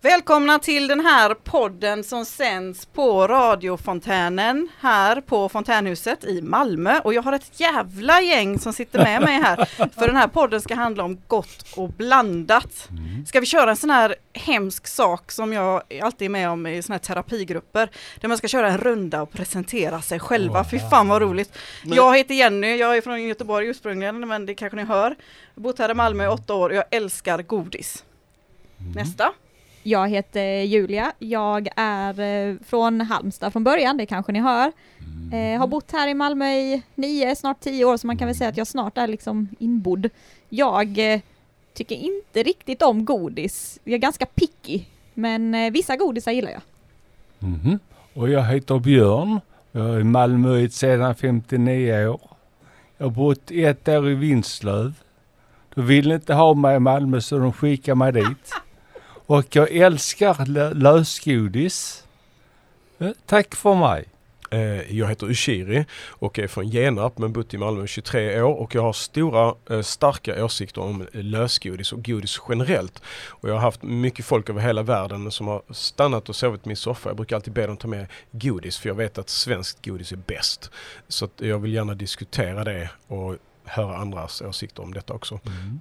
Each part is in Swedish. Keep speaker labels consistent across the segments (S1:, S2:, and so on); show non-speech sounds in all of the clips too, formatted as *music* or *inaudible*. S1: välkomna till den här podden som sänds på radiofontänen här på Fontänhuset i Malmö. Och jag har ett jävla gäng som sitter med mig här. För den här podden ska handla om gott och blandat.
S2: Mm.
S1: Ska vi köra en sån här hemsk sak som jag alltid är med om i såna här terapigrupper. Där man ska köra en runda och presentera sig själva. Fy fan vad roligt. Jag heter Jenny, jag är från Göteborg ursprungligen men det kanske ni hör. Jag har bott här i Malmö i åtta år och jag älskar godis. Nästa.
S3: Jag heter Julia, jag är eh, från Halmstad från början, det kanske ni hör. Eh, har bott här i Malmö i nio, snart tio år, så man kan väl säga att jag snart är liksom inbodd. Jag eh, tycker inte riktigt om godis, jag är ganska picky, men eh, vissa godisar gillar jag.
S2: Mhm. Och jag heter Björn. Jag är i Malmö sedan 59 år. Jag har bott ett år i Vinslöv. De ville inte ha mig i Malmö så de skickade
S1: *laughs*
S2: mig dit. Och jag älskar lö- lösgodis. Eh, Tack för mig.
S4: Eh, Jag heter Ushiri och är från Genarp men bott i Malmö i 23 år och jag har stora eh, starka åsikter om eh, lösgodis och godis generellt. Och jag har haft mycket folk över hela världen som har stannat och sovit i min soffa. Jag brukar alltid be dem ta med godis för jag vet att svenskt godis är bäst. Så att jag vill gärna diskutera det och höra andras åsikter om detta också.
S1: Mm.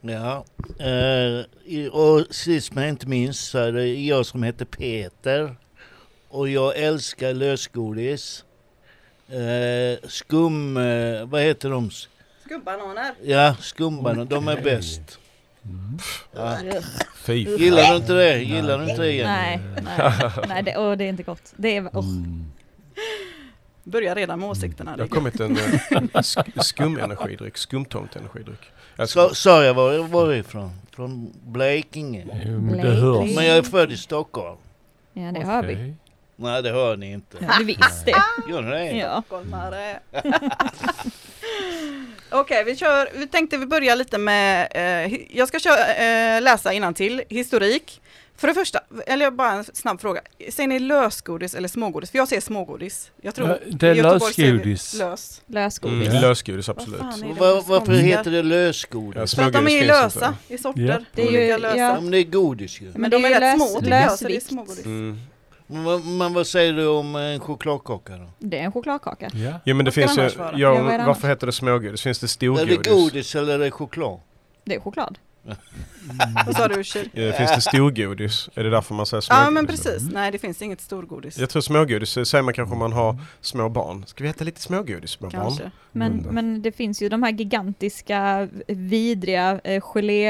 S5: Ja, eh, i- och sist men inte minst så är det jag som heter Peter. Och jag älskar lösgodis. Eh, skum... Eh, vad heter de?
S1: Skubbananer.
S5: Ja, skumbananer. De är bäst.
S2: Mm.
S5: Ja.
S4: Fy fan.
S5: Gillar du inte det? Gillar du inte det igen?
S3: Nej, nej, nej det, åh, det är inte gott. Det är,
S2: Mm.
S3: åh.
S1: Mm. Börjar redan med åsikterna.
S4: Det har kommit en eh,
S1: *laughs*
S4: sk- skumenergidryck, skumtomt energidryck. Jag ska-
S5: Sa, sa jag var jag var ifrån? Från Blekinge.
S2: Jo, men det
S3: Blake,
S2: hörs.
S5: Men jag är född i Stockholm.
S3: Ja, det hör vi.
S2: Okej.
S5: Nej, det hör ni inte.
S3: Ja, du visste.
S5: Gör ni det?
S3: Ja.
S1: Stockholmare. *laughs* Okej, vi kör. Vi tänkte vi börjar lite med. Eh, hi- jag ska köra, eh, läsa innantill historik. För det första, eller bara en snabb fråga. Säger ni lösgodis eller smågodis? För jag säger smågodis. Jag tror
S2: Ja, det är
S1: i Göteborg säger vi
S2: lösgodis.
S1: Lös.
S3: Lösgodis.
S4: Mm, lösgodis,
S1: Vad
S4: absolut.
S1: fan är det för
S5: Var, varför
S1: smågodis?
S5: heter det lösgodis?
S1: För att de
S4: Smågodis
S1: är ju
S4: finns
S1: lösa i sorter.
S2: Ja.
S3: Det är ju-
S1: Olika lösa.
S5: Ja,
S3: ja.
S5: men det är godis ju.
S1: Men de
S3: det
S1: är rätt
S3: lös-
S1: små tycker jag, så det är
S3: lösvikt.
S1: smågodis.
S4: Mm.
S5: Men, vad- men vad säger du om en chokladkaka då?
S3: Det är en chokladkaka.
S2: Ja.
S4: Jo men det
S1: Vad ska
S4: finns
S1: det
S4: ju,
S1: annars vara?
S3: Ja,
S4: ja,
S3: vad är det
S4: varför heter det smågodis? Finns det
S5: Är
S4: storgodis?
S5: det godis eller är det choklad?
S3: Det är choklad.
S1: Vad sa du Ursel?
S4: Eh, Finns det storgodis? Är det därför man säger
S1: Ja
S4: smågodis?
S1: men precis,
S2: Mm.
S1: nej det finns inget storgodis.
S4: Jag tror smågodis eh, säger man kanske om man har små barn. Ska vi äta lite smågodis små barn?
S1: Kanske.
S3: Men,
S4: Hundar.
S3: men det finns ju de här gigantiska vidriga eh,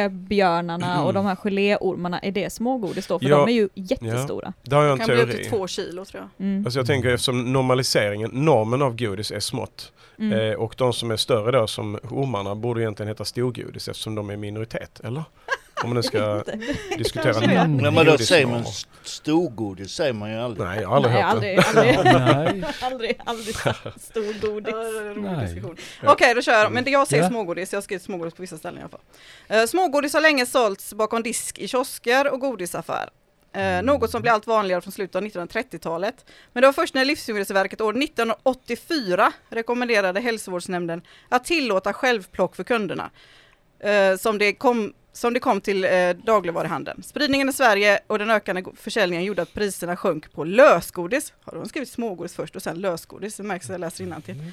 S3: gelébjörnarna och de här geléormarna. Är det smågodis då? För
S4: Mm. Ja.
S3: de är ju jättestora.
S4: Det har jag en
S1: Kan bli upp till
S4: teori.
S1: två kilo tror jag.
S3: Mm.
S4: Alltså jag tänker eftersom normaliseringen, normen av godis är smått.
S3: Mm. *laughs*
S4: Eh, och de som är större då som ormarna borde egentligen heta storgodis eftersom de är minoritet, eller? Om man
S1: *laughs*
S4: nu ska diskutera
S1: Kanske det.
S4: n-
S5: Nej men då
S4: godisnormer.
S5: säger man st- storgodis, säger man ju aldrig.
S4: Nej, jag har aldrig
S3: Nej,
S4: hört
S3: aldrig,
S4: det.
S3: aldrig,
S4: *laughs*
S2: Nej.
S3: aldrig, aldrig sagt storgodis.
S2: Nej.
S1: Okej, då kör jag. Men det jag säger
S2: Ja.
S1: smågodis, jag har skrivit smågodis på vissa ställen i alla fall. Eh, smågodis har länge sålts bakom disk i kiosker och godisaffär. Eh,
S2: Mm.
S1: något som blir allt vanligare från slutet av 1930-talet. Men det var först när Livsmedelsverket år 1984 rekommenderade hälsovårdsnämnden att tillåta självplock för kunderna. eh, som det kom som det kom till eh, dagligvaruhandeln. Spridningen i Sverige och den ökande go- försäljningen gjorde att priserna sjönk på lösgodis. Har de skrivit smågodis först och sen lösgodis? Det märks att jag läser innantill.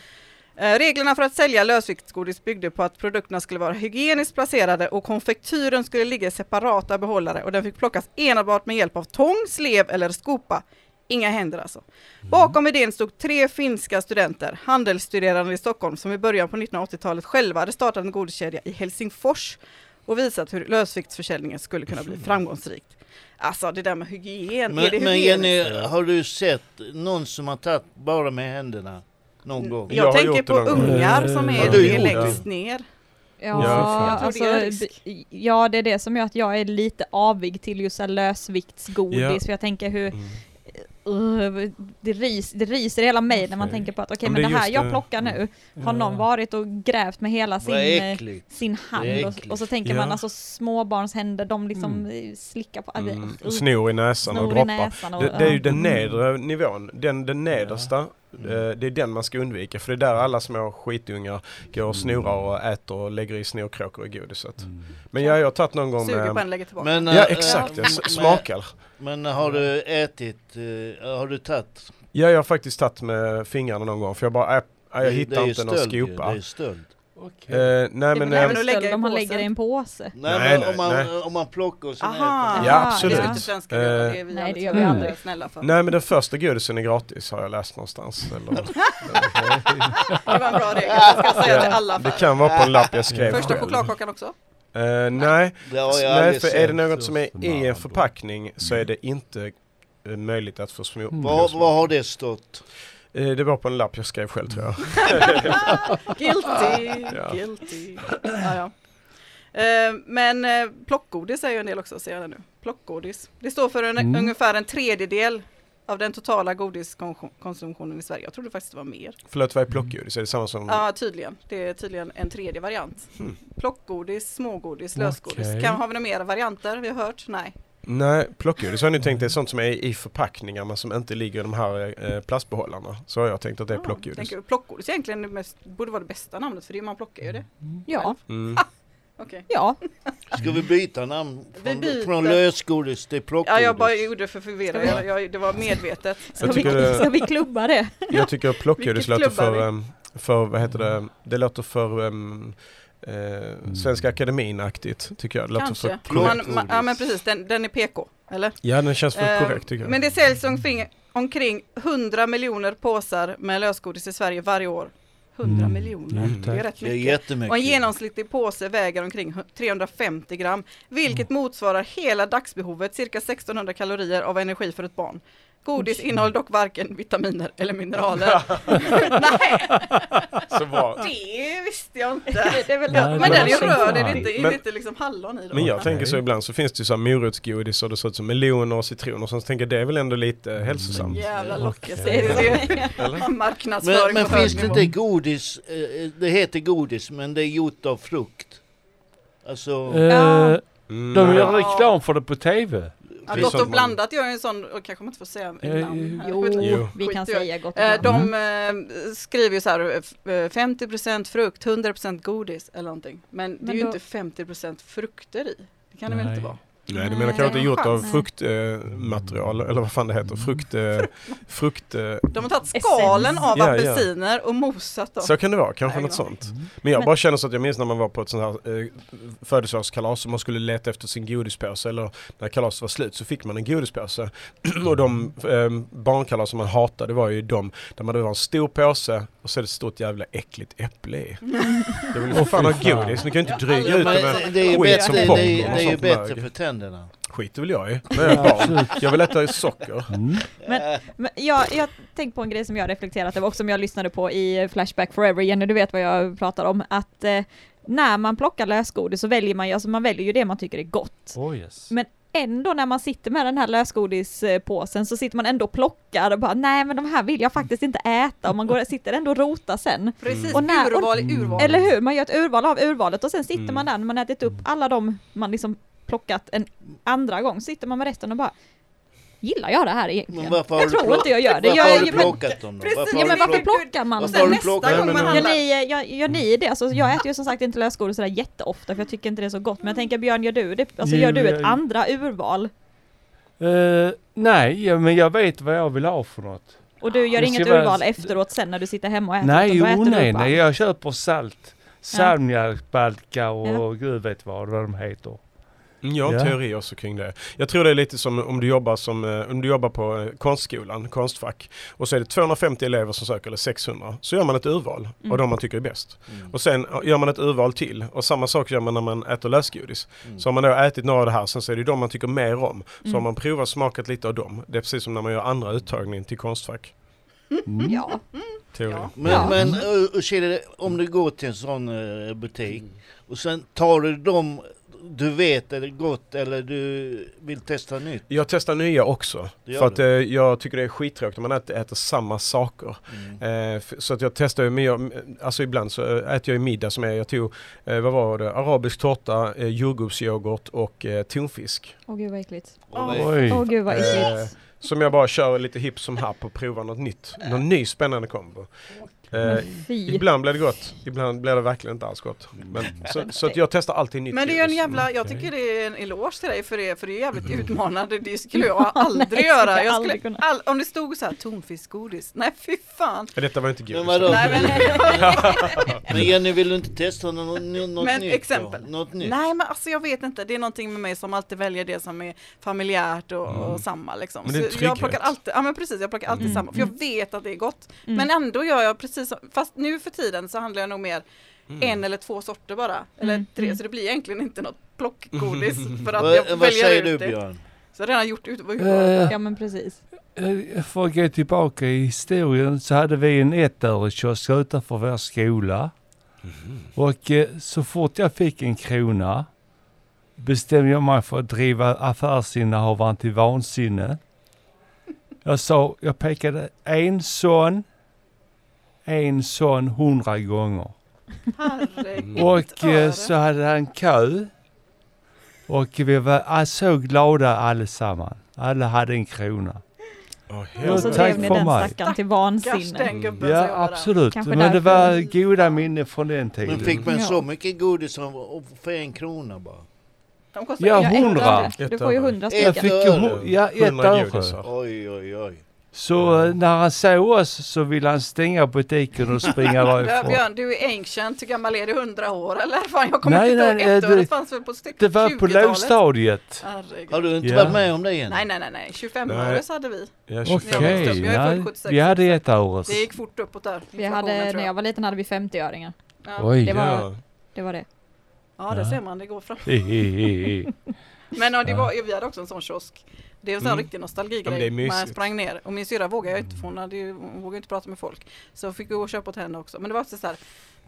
S1: Eh, Reglerna för att sälja lösviktsgodis byggde på att produkterna skulle vara hygieniskt placerade och konfektyren skulle ligga i separata behållare och den fick plockas enbart med hjälp av tång, slev eller skopa. Inga händer alltså.
S5: Mm.
S1: Bakom idén stod tre finska studenter, handelsstuderande i Stockholm, som i början på 1980-talet själva hade startat en godiskedja i Helsingfors och visat hur lösviktsförsäljningen skulle kunna bli framgångsrikt. Alltså det där med hygien, är det
S5: Men, men
S1: hygieniskt?
S5: Jenny, eh, har du sett någon som har tagit bara med händerna någon gång?
S1: jag,
S4: Jag har
S1: tänker
S4: gjort det
S1: på
S4: någon gång.
S1: ungar som är
S5: Har du
S1: det
S5: gjort det?
S1: längst ner.
S3: Ja,
S4: Ja,
S1: fan.
S3: alltså,
S1: Jag tror det är risk.
S3: b- ja, det är det som gör att jag är lite avig till just så här lösviktsgodis.
S4: Ja.
S3: För jag tänker hur
S4: Mm.
S3: Uh, det, ris, det riser i hela mig när man
S2: Okej.
S3: tänker på att okej
S4: Men
S3: men
S4: det
S3: det,
S4: är
S3: här
S4: just
S3: jag
S4: det.
S3: plockar nu har någon varit och grävt med hela sin,
S5: Vad
S3: eh,
S5: äckligt.
S3: sin hand och,
S5: äckligt.
S3: och så tänker
S4: Ja.
S3: man alltså småbarns händer de liksom eh, slickar på
S4: Mm.
S3: uh,
S4: Snor i näsan och
S3: snor i
S4: droppar.
S3: näsan och Mm.
S4: Det, det är ju
S3: ja.
S4: den nedre nivån, den, den nedersta
S5: Mm.
S4: Eh, Det är den man ska undvika för det är där alla små skitungar går och snorar och äter och lägger i snorkråkor i godiset.
S5: Mm.
S4: Men jag, jag har tagit någon gång
S1: Suger på
S4: med...
S1: en, lägger tillbaka.
S5: Men,
S4: Ja
S5: eh,
S4: exakt, jag
S5: eh,
S4: s- smakar.
S5: Men, men har du ätit, eh, har du tagit?
S4: Ja, jag har faktiskt tagit med fingrarna någon gång för jag bara, äh, jag hittar
S5: ju
S4: inte någon
S5: stöld ju,
S4: skopa.
S5: Det är stöld.
S4: Eh, nej men...
S1: väl
S4: eh,
S1: även att lägga i
S3: om man
S1: påsen.
S3: lägger det i en påse.
S5: Nej,
S4: Nej,
S5: men
S4: nej,
S5: om, man,
S4: nej.
S5: om man plockar och sen
S1: Aha,
S5: äter.
S4: Ja,
S1: Det
S4: absolut.
S1: är inte svenskar göra, det är vi
S3: Nej,
S1: alldeles
S3: det gör vi
S1: för-
S3: aldrig.
S1: alldeles snälla för.
S4: Nej men den första godisen är gratis har jag läst någonstans. Eller,
S1: Det var en bra regel, jag ska säga till alla.
S4: det
S1: affärer.
S4: kan vara på en lapp jag skrev
S1: Första
S4: själv.
S1: chokladkakan också.
S4: Eh, nej,
S5: Det har jag
S4: Nej,
S5: aldrig
S4: för
S5: sett.
S4: är det något som är i en
S6: Fernando.
S4: förpackning så är det inte eh, möjligt att få små
S2: Mm.
S5: Vad, vad har det stått?
S4: Eh, Det var på en lapp jag skrev själv
S1: *laughs*
S4: tror jag.
S1: Guilty,
S4: Ja.
S1: guilty. Ja, ja. Eh, Men eh, plockgodis är ju en del också, ser jag det nu. Plockgodis. Det står för en,
S2: Mm.
S1: ungefär en tredjedel av den totala godiskonsumtionen i Sverige. Jag trodde faktiskt det var mer.
S4: Förlåt, vad är plockgodis? Är det samma som...
S1: Ja, tydligen. Det är tydligen en tredje variant. Plockgodis, smågodis,
S2: Okej.
S1: lösgodis. Kan, har vi några mera varianter? Vi har hört? Nej.
S4: Nej, plockgodis har jag nu tänkt det är sånt som är i förpackningar men som inte ligger i de här eh, plastbehållarna. Så har jag tänkt att det är
S1: Ja,
S4: plockgodis.
S1: Ah, tänker- Plockgodis är egentligen det mest, borde vara det bästa namnet för det, man plockar ju det.
S3: Ja,
S4: Mm.
S1: Okej.
S3: ja.
S5: Ska vi byta namn? Från,
S1: byter.
S5: från lösgodis till
S1: Ja,
S5: plockgodis?
S1: jag bara gjorde det för förvirra. Jag, jag, det var medvetet.
S3: Ska,
S4: Jag
S3: vi,
S4: tycker det-
S3: *laughs* ska vi klubba
S4: *laughs*
S3: det?
S4: Jag tycker att plockgodis
S1: Vilket
S4: låter
S1: klubbar Mm. vi?
S4: för, ehm, för, vad heter det, det låter för ehm, eh, Svenska akademin-aktigt tycker jag. Det låter
S1: Kanske.
S4: För korrekt.
S1: Man, man, ja, men precis. Den, den är PK, eller?
S4: Ja, den känns för
S1: Eh,
S4: korrekt tycker jag.
S1: Men det säljs omkring, omkring 100 miljoner påsar med lösgodis i Sverige varje år. 100
S2: Mm.
S1: miljoner,
S4: Mm,
S1: det är
S2: tack.
S1: rätt
S5: Det är
S1: mycket.
S5: jättemycket.
S1: Och en genomsnittlig påse väger omkring hu- 350 gram, vilket motsvarar hela dagsbehovet, cirka 1600 kalorier av energi för ett barn. Godis innehåller dock varken vitaminer eller mineraler. Nej,
S4: *laughs* Så bra.
S1: det visste jag *laughs* inte.
S3: är väl
S2: Nej, det
S1: Men den är ju
S2: som
S1: röd,
S2: fan.
S1: är det inte, är
S4: Men-
S1: det inte liksom hallon i då?
S4: Men jag
S2: Okej.
S4: tänker så ibland så finns det ju så här morotsgodis och det ser ut som meloner och citroner så tänker jag det är väl ändå lite
S2: Mm.
S4: hälsosamt.
S1: Jävla
S2: Okej.
S1: lockelse. Det är ju
S5: Men,
S1: marknadsföring
S5: men
S1: på hög
S5: finns det
S1: nivå.
S5: inte godis? eh, Det heter godis, men det är gjort av frukt. Alltså,
S3: Ja.
S2: Eh,
S4: Mm.
S2: de gör
S1: Ja.
S2: reklam för det på tv.
S1: Ja,
S4: Det är
S1: gott
S4: sånt
S1: och
S4: man-
S1: blandat gör ju en sån, och kanske man inte får säga
S2: Eh,
S1: namn. här.
S3: Jo,
S1: Skit-
S4: Jo.
S3: vi kan
S1: skit i det.
S3: säga gott och
S1: Eh,
S3: blandat.
S1: De eh, skriver ju så här eh, f- eh, 50% frukt, 100% godis eller någonting. Men det är
S3: Men
S1: ju
S3: då-
S1: inte 50% frukter i. Det kan det väl inte
S2: Nej.
S1: vara?
S4: Nej, du
S3: Nej.
S4: menar kanske inte gjort av
S1: Nej.
S4: fruktmaterial eh, material, eller vad fan det heter, frukt... Eh, frukt eh,
S1: De har tagit
S3: Essens.
S1: skalen av
S4: Ja, ja.
S1: apelsiner och mosat dem.
S4: så kan det vara, kanske
S1: Nej,
S4: något
S1: det var-
S4: sånt. Men jag
S3: Men-
S4: bara känner så att jag minns när man var på ett sånt här eh, födelsedagskalas och man skulle leta efter sin godispåse eller när kalaset var slut så fick man en godispåse. *clears throat* och de eh, barnkalas som man hatade var ju de där man det var en stor påse och så är det ett stort jävla äckligt äpple i. Jag vill ju för
S2: Åh,
S4: fan ha
S2: fy fan.
S4: godis, nu kan jag inte
S5: ja,
S4: dryga ut det med
S5: men det är ju
S4: skit som alltså,
S5: bättre, det
S4: popcorn
S5: är,
S4: och
S5: det är ju
S4: sånt
S5: bättre
S4: mög.
S5: för tänderna.
S4: Skit vill jag i, när jag är barn.
S2: absolut.
S4: Jag vill äta socker.
S2: Mm.
S3: Men jag, jag tänkte på en grej som jag reflekterat över och som jag lyssnade på i Flashback Forever, Jenny du vet vad jag pratar om, att eh, när man plockar lösgodis så väljer man ju, alltså man väljer ju det man tycker är gott.
S2: Oh, yes.
S3: Men ändå när man sitter med den här lösgodispåsen så sitter man ändå och plockar och bara nej men de här vill jag faktiskt inte äta och man går, sitter ändå och rotar sen.
S1: Precis,
S3: Och när- och-
S1: urval i urval.
S3: Eller hur? Man gör ett urval av urvalet och sen sitter
S4: Mm.
S3: man där när man ätit upp alla de man liksom plockat en andra gång, så sitter man med resten och bara Gillar jag det här egentligen?
S5: Men varför har
S3: jag
S5: du
S3: tror inte jag gör det.
S5: Varför
S3: Jag,
S5: har du
S3: men-
S5: plockat dem då?
S1: Precis,
S5: Varför
S3: Ja
S5: har
S3: men
S5: du
S3: varför
S5: plockat-
S3: plockar man
S1: Och
S5: Varför har
S1: sen
S5: du
S1: nästa
S5: plockat?
S1: gång man
S4: Nej, men-
S3: Gör
S1: handlar.
S3: ni, gör, gör ni det? Alltså, jag äter ju som sagt inte lösgodis sådär jätteofta för jag tycker inte det är så gott. Men jag tänker Björn, gör du, det, alltså, gör du ett andra urval?
S2: Eh, nej, ja, men jag vet vad jag vill ha för något.
S3: Och du gör
S2: Det
S3: inget
S2: ska vara-
S3: urval efteråt sen när du sitter hemma och äter?
S2: nej,
S3: utan
S2: jo,
S3: då äter du
S2: nej,
S3: upp
S2: nej.
S3: allt.
S2: Jag köper salt, salmiakbalkar och gud vet vad, vad de heter.
S4: Mm, Jag har en
S2: Ja.
S4: teori också kring det. Jag tror det är lite som om du jobbar, som, eh, om du jobbar på eh, konstskolan, konstfack. Och så är det 250 elever som söker, eller 600. Så gör man ett urval
S3: Mm.
S4: av de man tycker är bäst.
S5: Mm.
S4: Och sen eh, gör man ett urval till. Och samma sak gör man när man äter lösgodis.
S5: Mm.
S4: Så har man då ätit några av det här, sen så är det ju de man tycker mer om. Så
S3: Mm.
S4: har man provat smakat lite av dem. Det är precis som när man gör andra uttagningen till konstfack.
S2: Mm.
S3: Ja.
S4: Teori.
S1: Ja.
S5: Men,
S3: Ja.
S5: men eh, ö- ursäkta, om du går till en sån eh, butik och sen tar du dem du vet är gott eller du vill testa nytt.
S4: Jag testar nya också.
S5: Det gör
S4: För att eh, jag tycker det är skittråkigt när man äter, äter samma saker.
S3: Mm.
S4: Eh, f- Så att jag testar ju, men jag, alltså ibland så eh, äter jag ju middag som är, jag tog, eh, vad var det, arabisk tårta, eh, jordgubbsyoghurt och eh, tonfisk.
S3: Åh gud vad äckligt.
S5: Och
S1: Oj.
S5: det-
S2: Oj.
S3: Åh gud vad
S4: Eh,
S3: äckligt.
S4: Som jag bara kör lite hipp som happ och provar något nytt. Någon ny spännande kombo. Eh,
S3: Men fy.
S4: ibland blir det gott, ibland blir det verkligen inte alls gott. Men, så, så att jag testar alltid nytt
S1: Men det är ju en
S4: godis.
S1: jävla, jag
S2: Okej.
S1: tycker det är en eloge till dig för det, för det är ju jävligt utmanande. Det skulle
S3: *laughs*
S1: jag aldrig göra.
S3: jag
S1: Jag
S3: aldrig
S1: skulle,
S3: kunna.
S1: all, om det stod så här tonfiskgodis, nej fy fan.
S4: Ja, Mm. Detta var inte godis.
S5: Men vadå?
S1: Nej, men,
S5: *laughs* Men Jenny, vill du inte testa något, något
S1: Men
S5: nytt? då?
S1: exempel.
S5: Något nytt?
S1: nej men alltså jag vet inte, det är någonting med mig som alltid väljer det som är familjärt och, och samma liksom.
S4: Men det är en
S1: så jag plockar
S4: trygghet.
S1: alltid, ja men precis, jag plockar alltid
S3: Mm.
S1: samma, för jag vet att det är gott.
S3: Mm.
S1: Men ändå gör jag precis, som- fast nu för tiden så handlar jag nog mer
S4: Mm.
S1: en eller två sorter bara, eller
S3: Mm.
S1: tre,
S3: Mm.
S1: så det blir egentligen inte något plockgodis för att jag
S5: Vad, vad
S1: väljer
S5: säger du
S1: ut det.
S5: Björn?
S1: Så jag har redan gjort ut vad
S2: Eh,
S3: Ja men precis.
S2: Eh, För att gå tillbaka i historien så hade vi en ettörekiosk utanför vår skola. Och eh, så fort jag fick en krona bestämde jag mig för att driva affärsinnehavaren till vansinne. Jag sa, jag pekade en sån, en sån hundra gånger.
S3: Mm.
S1: Herregud.
S2: Och eh,
S1: öre.
S2: så hade han kö. Och vi var ah, så glada allesammans. Alla hade en krona.
S4: Åh,
S2: Ja,
S3: Och så
S4: helvete.
S2: tack
S3: drev ni
S2: för
S3: den
S2: mig.
S3: stackaren till
S1: Stackars
S3: vansinne.
S1: den gubben som
S2: Ja,
S1: gör det.
S2: absolut.
S3: Kanske
S2: Men det
S3: därför-
S2: var goda minnen från den tiden.
S5: Men fick man
S3: Ja.
S5: så mycket godis som- och för en krona bara?
S1: De kostar
S2: Ja,
S1: inga
S3: Jag
S1: äldre.
S2: hundra.
S3: äter det. Du får ju hundra
S2: jag
S3: stycken.
S2: fick ju hu- ja, ett
S4: Hundra
S2: öre.
S4: godisar.
S5: Oj, oj, oj.
S2: Så eh, när han såg oss så ville han stänga butiken och springa
S1: Ja,
S2: därifrån.
S1: Björn, du är ancient. Hur gammal är du? 100 år eller? Fan, jag kommer
S2: Nej,
S1: inte ihåg.
S2: nej, nej,
S1: Ett år,
S2: det-
S1: det fanns väl på styck-
S2: Det var på
S1: 20-talet.
S2: lågstadiet.
S1: Herregud.
S5: Har du inte
S2: Ja.
S5: varit med om det Jenny?
S1: Nej, nej, nej, nej. 25
S4: Nej.
S1: år så hade vi.
S4: Ja,
S2: Okej,
S4: 25.
S1: Jag växte upp, jag är
S2: ja,
S1: född 76.
S2: vi hade ett öre.
S1: Det gick fort uppåt där.
S3: Vi
S1: inflationen,
S3: hade,
S1: tror
S3: när jag var liten hade vi 50-öringar.
S1: Ja.
S2: Oj.
S3: Det var-
S4: Ja.
S3: Det var det.
S1: ja, det
S2: Ja.
S1: ser man. Det går fram.
S2: Hihihihi.
S1: Men ja, det
S2: Ja.
S1: var, vi hade också en sån kiosk. Det är en sån här
S4: Mm.
S1: riktig
S4: Ja, men det
S1: nostalgigrej.
S4: är
S1: man
S4: mysigt. Mm.
S1: sprang ner och min syrra vågade jag inte för hon, hade ju, hon vågade inte prata med folk. Så jag fick gå och köpa åt henne också. Men det var också så här.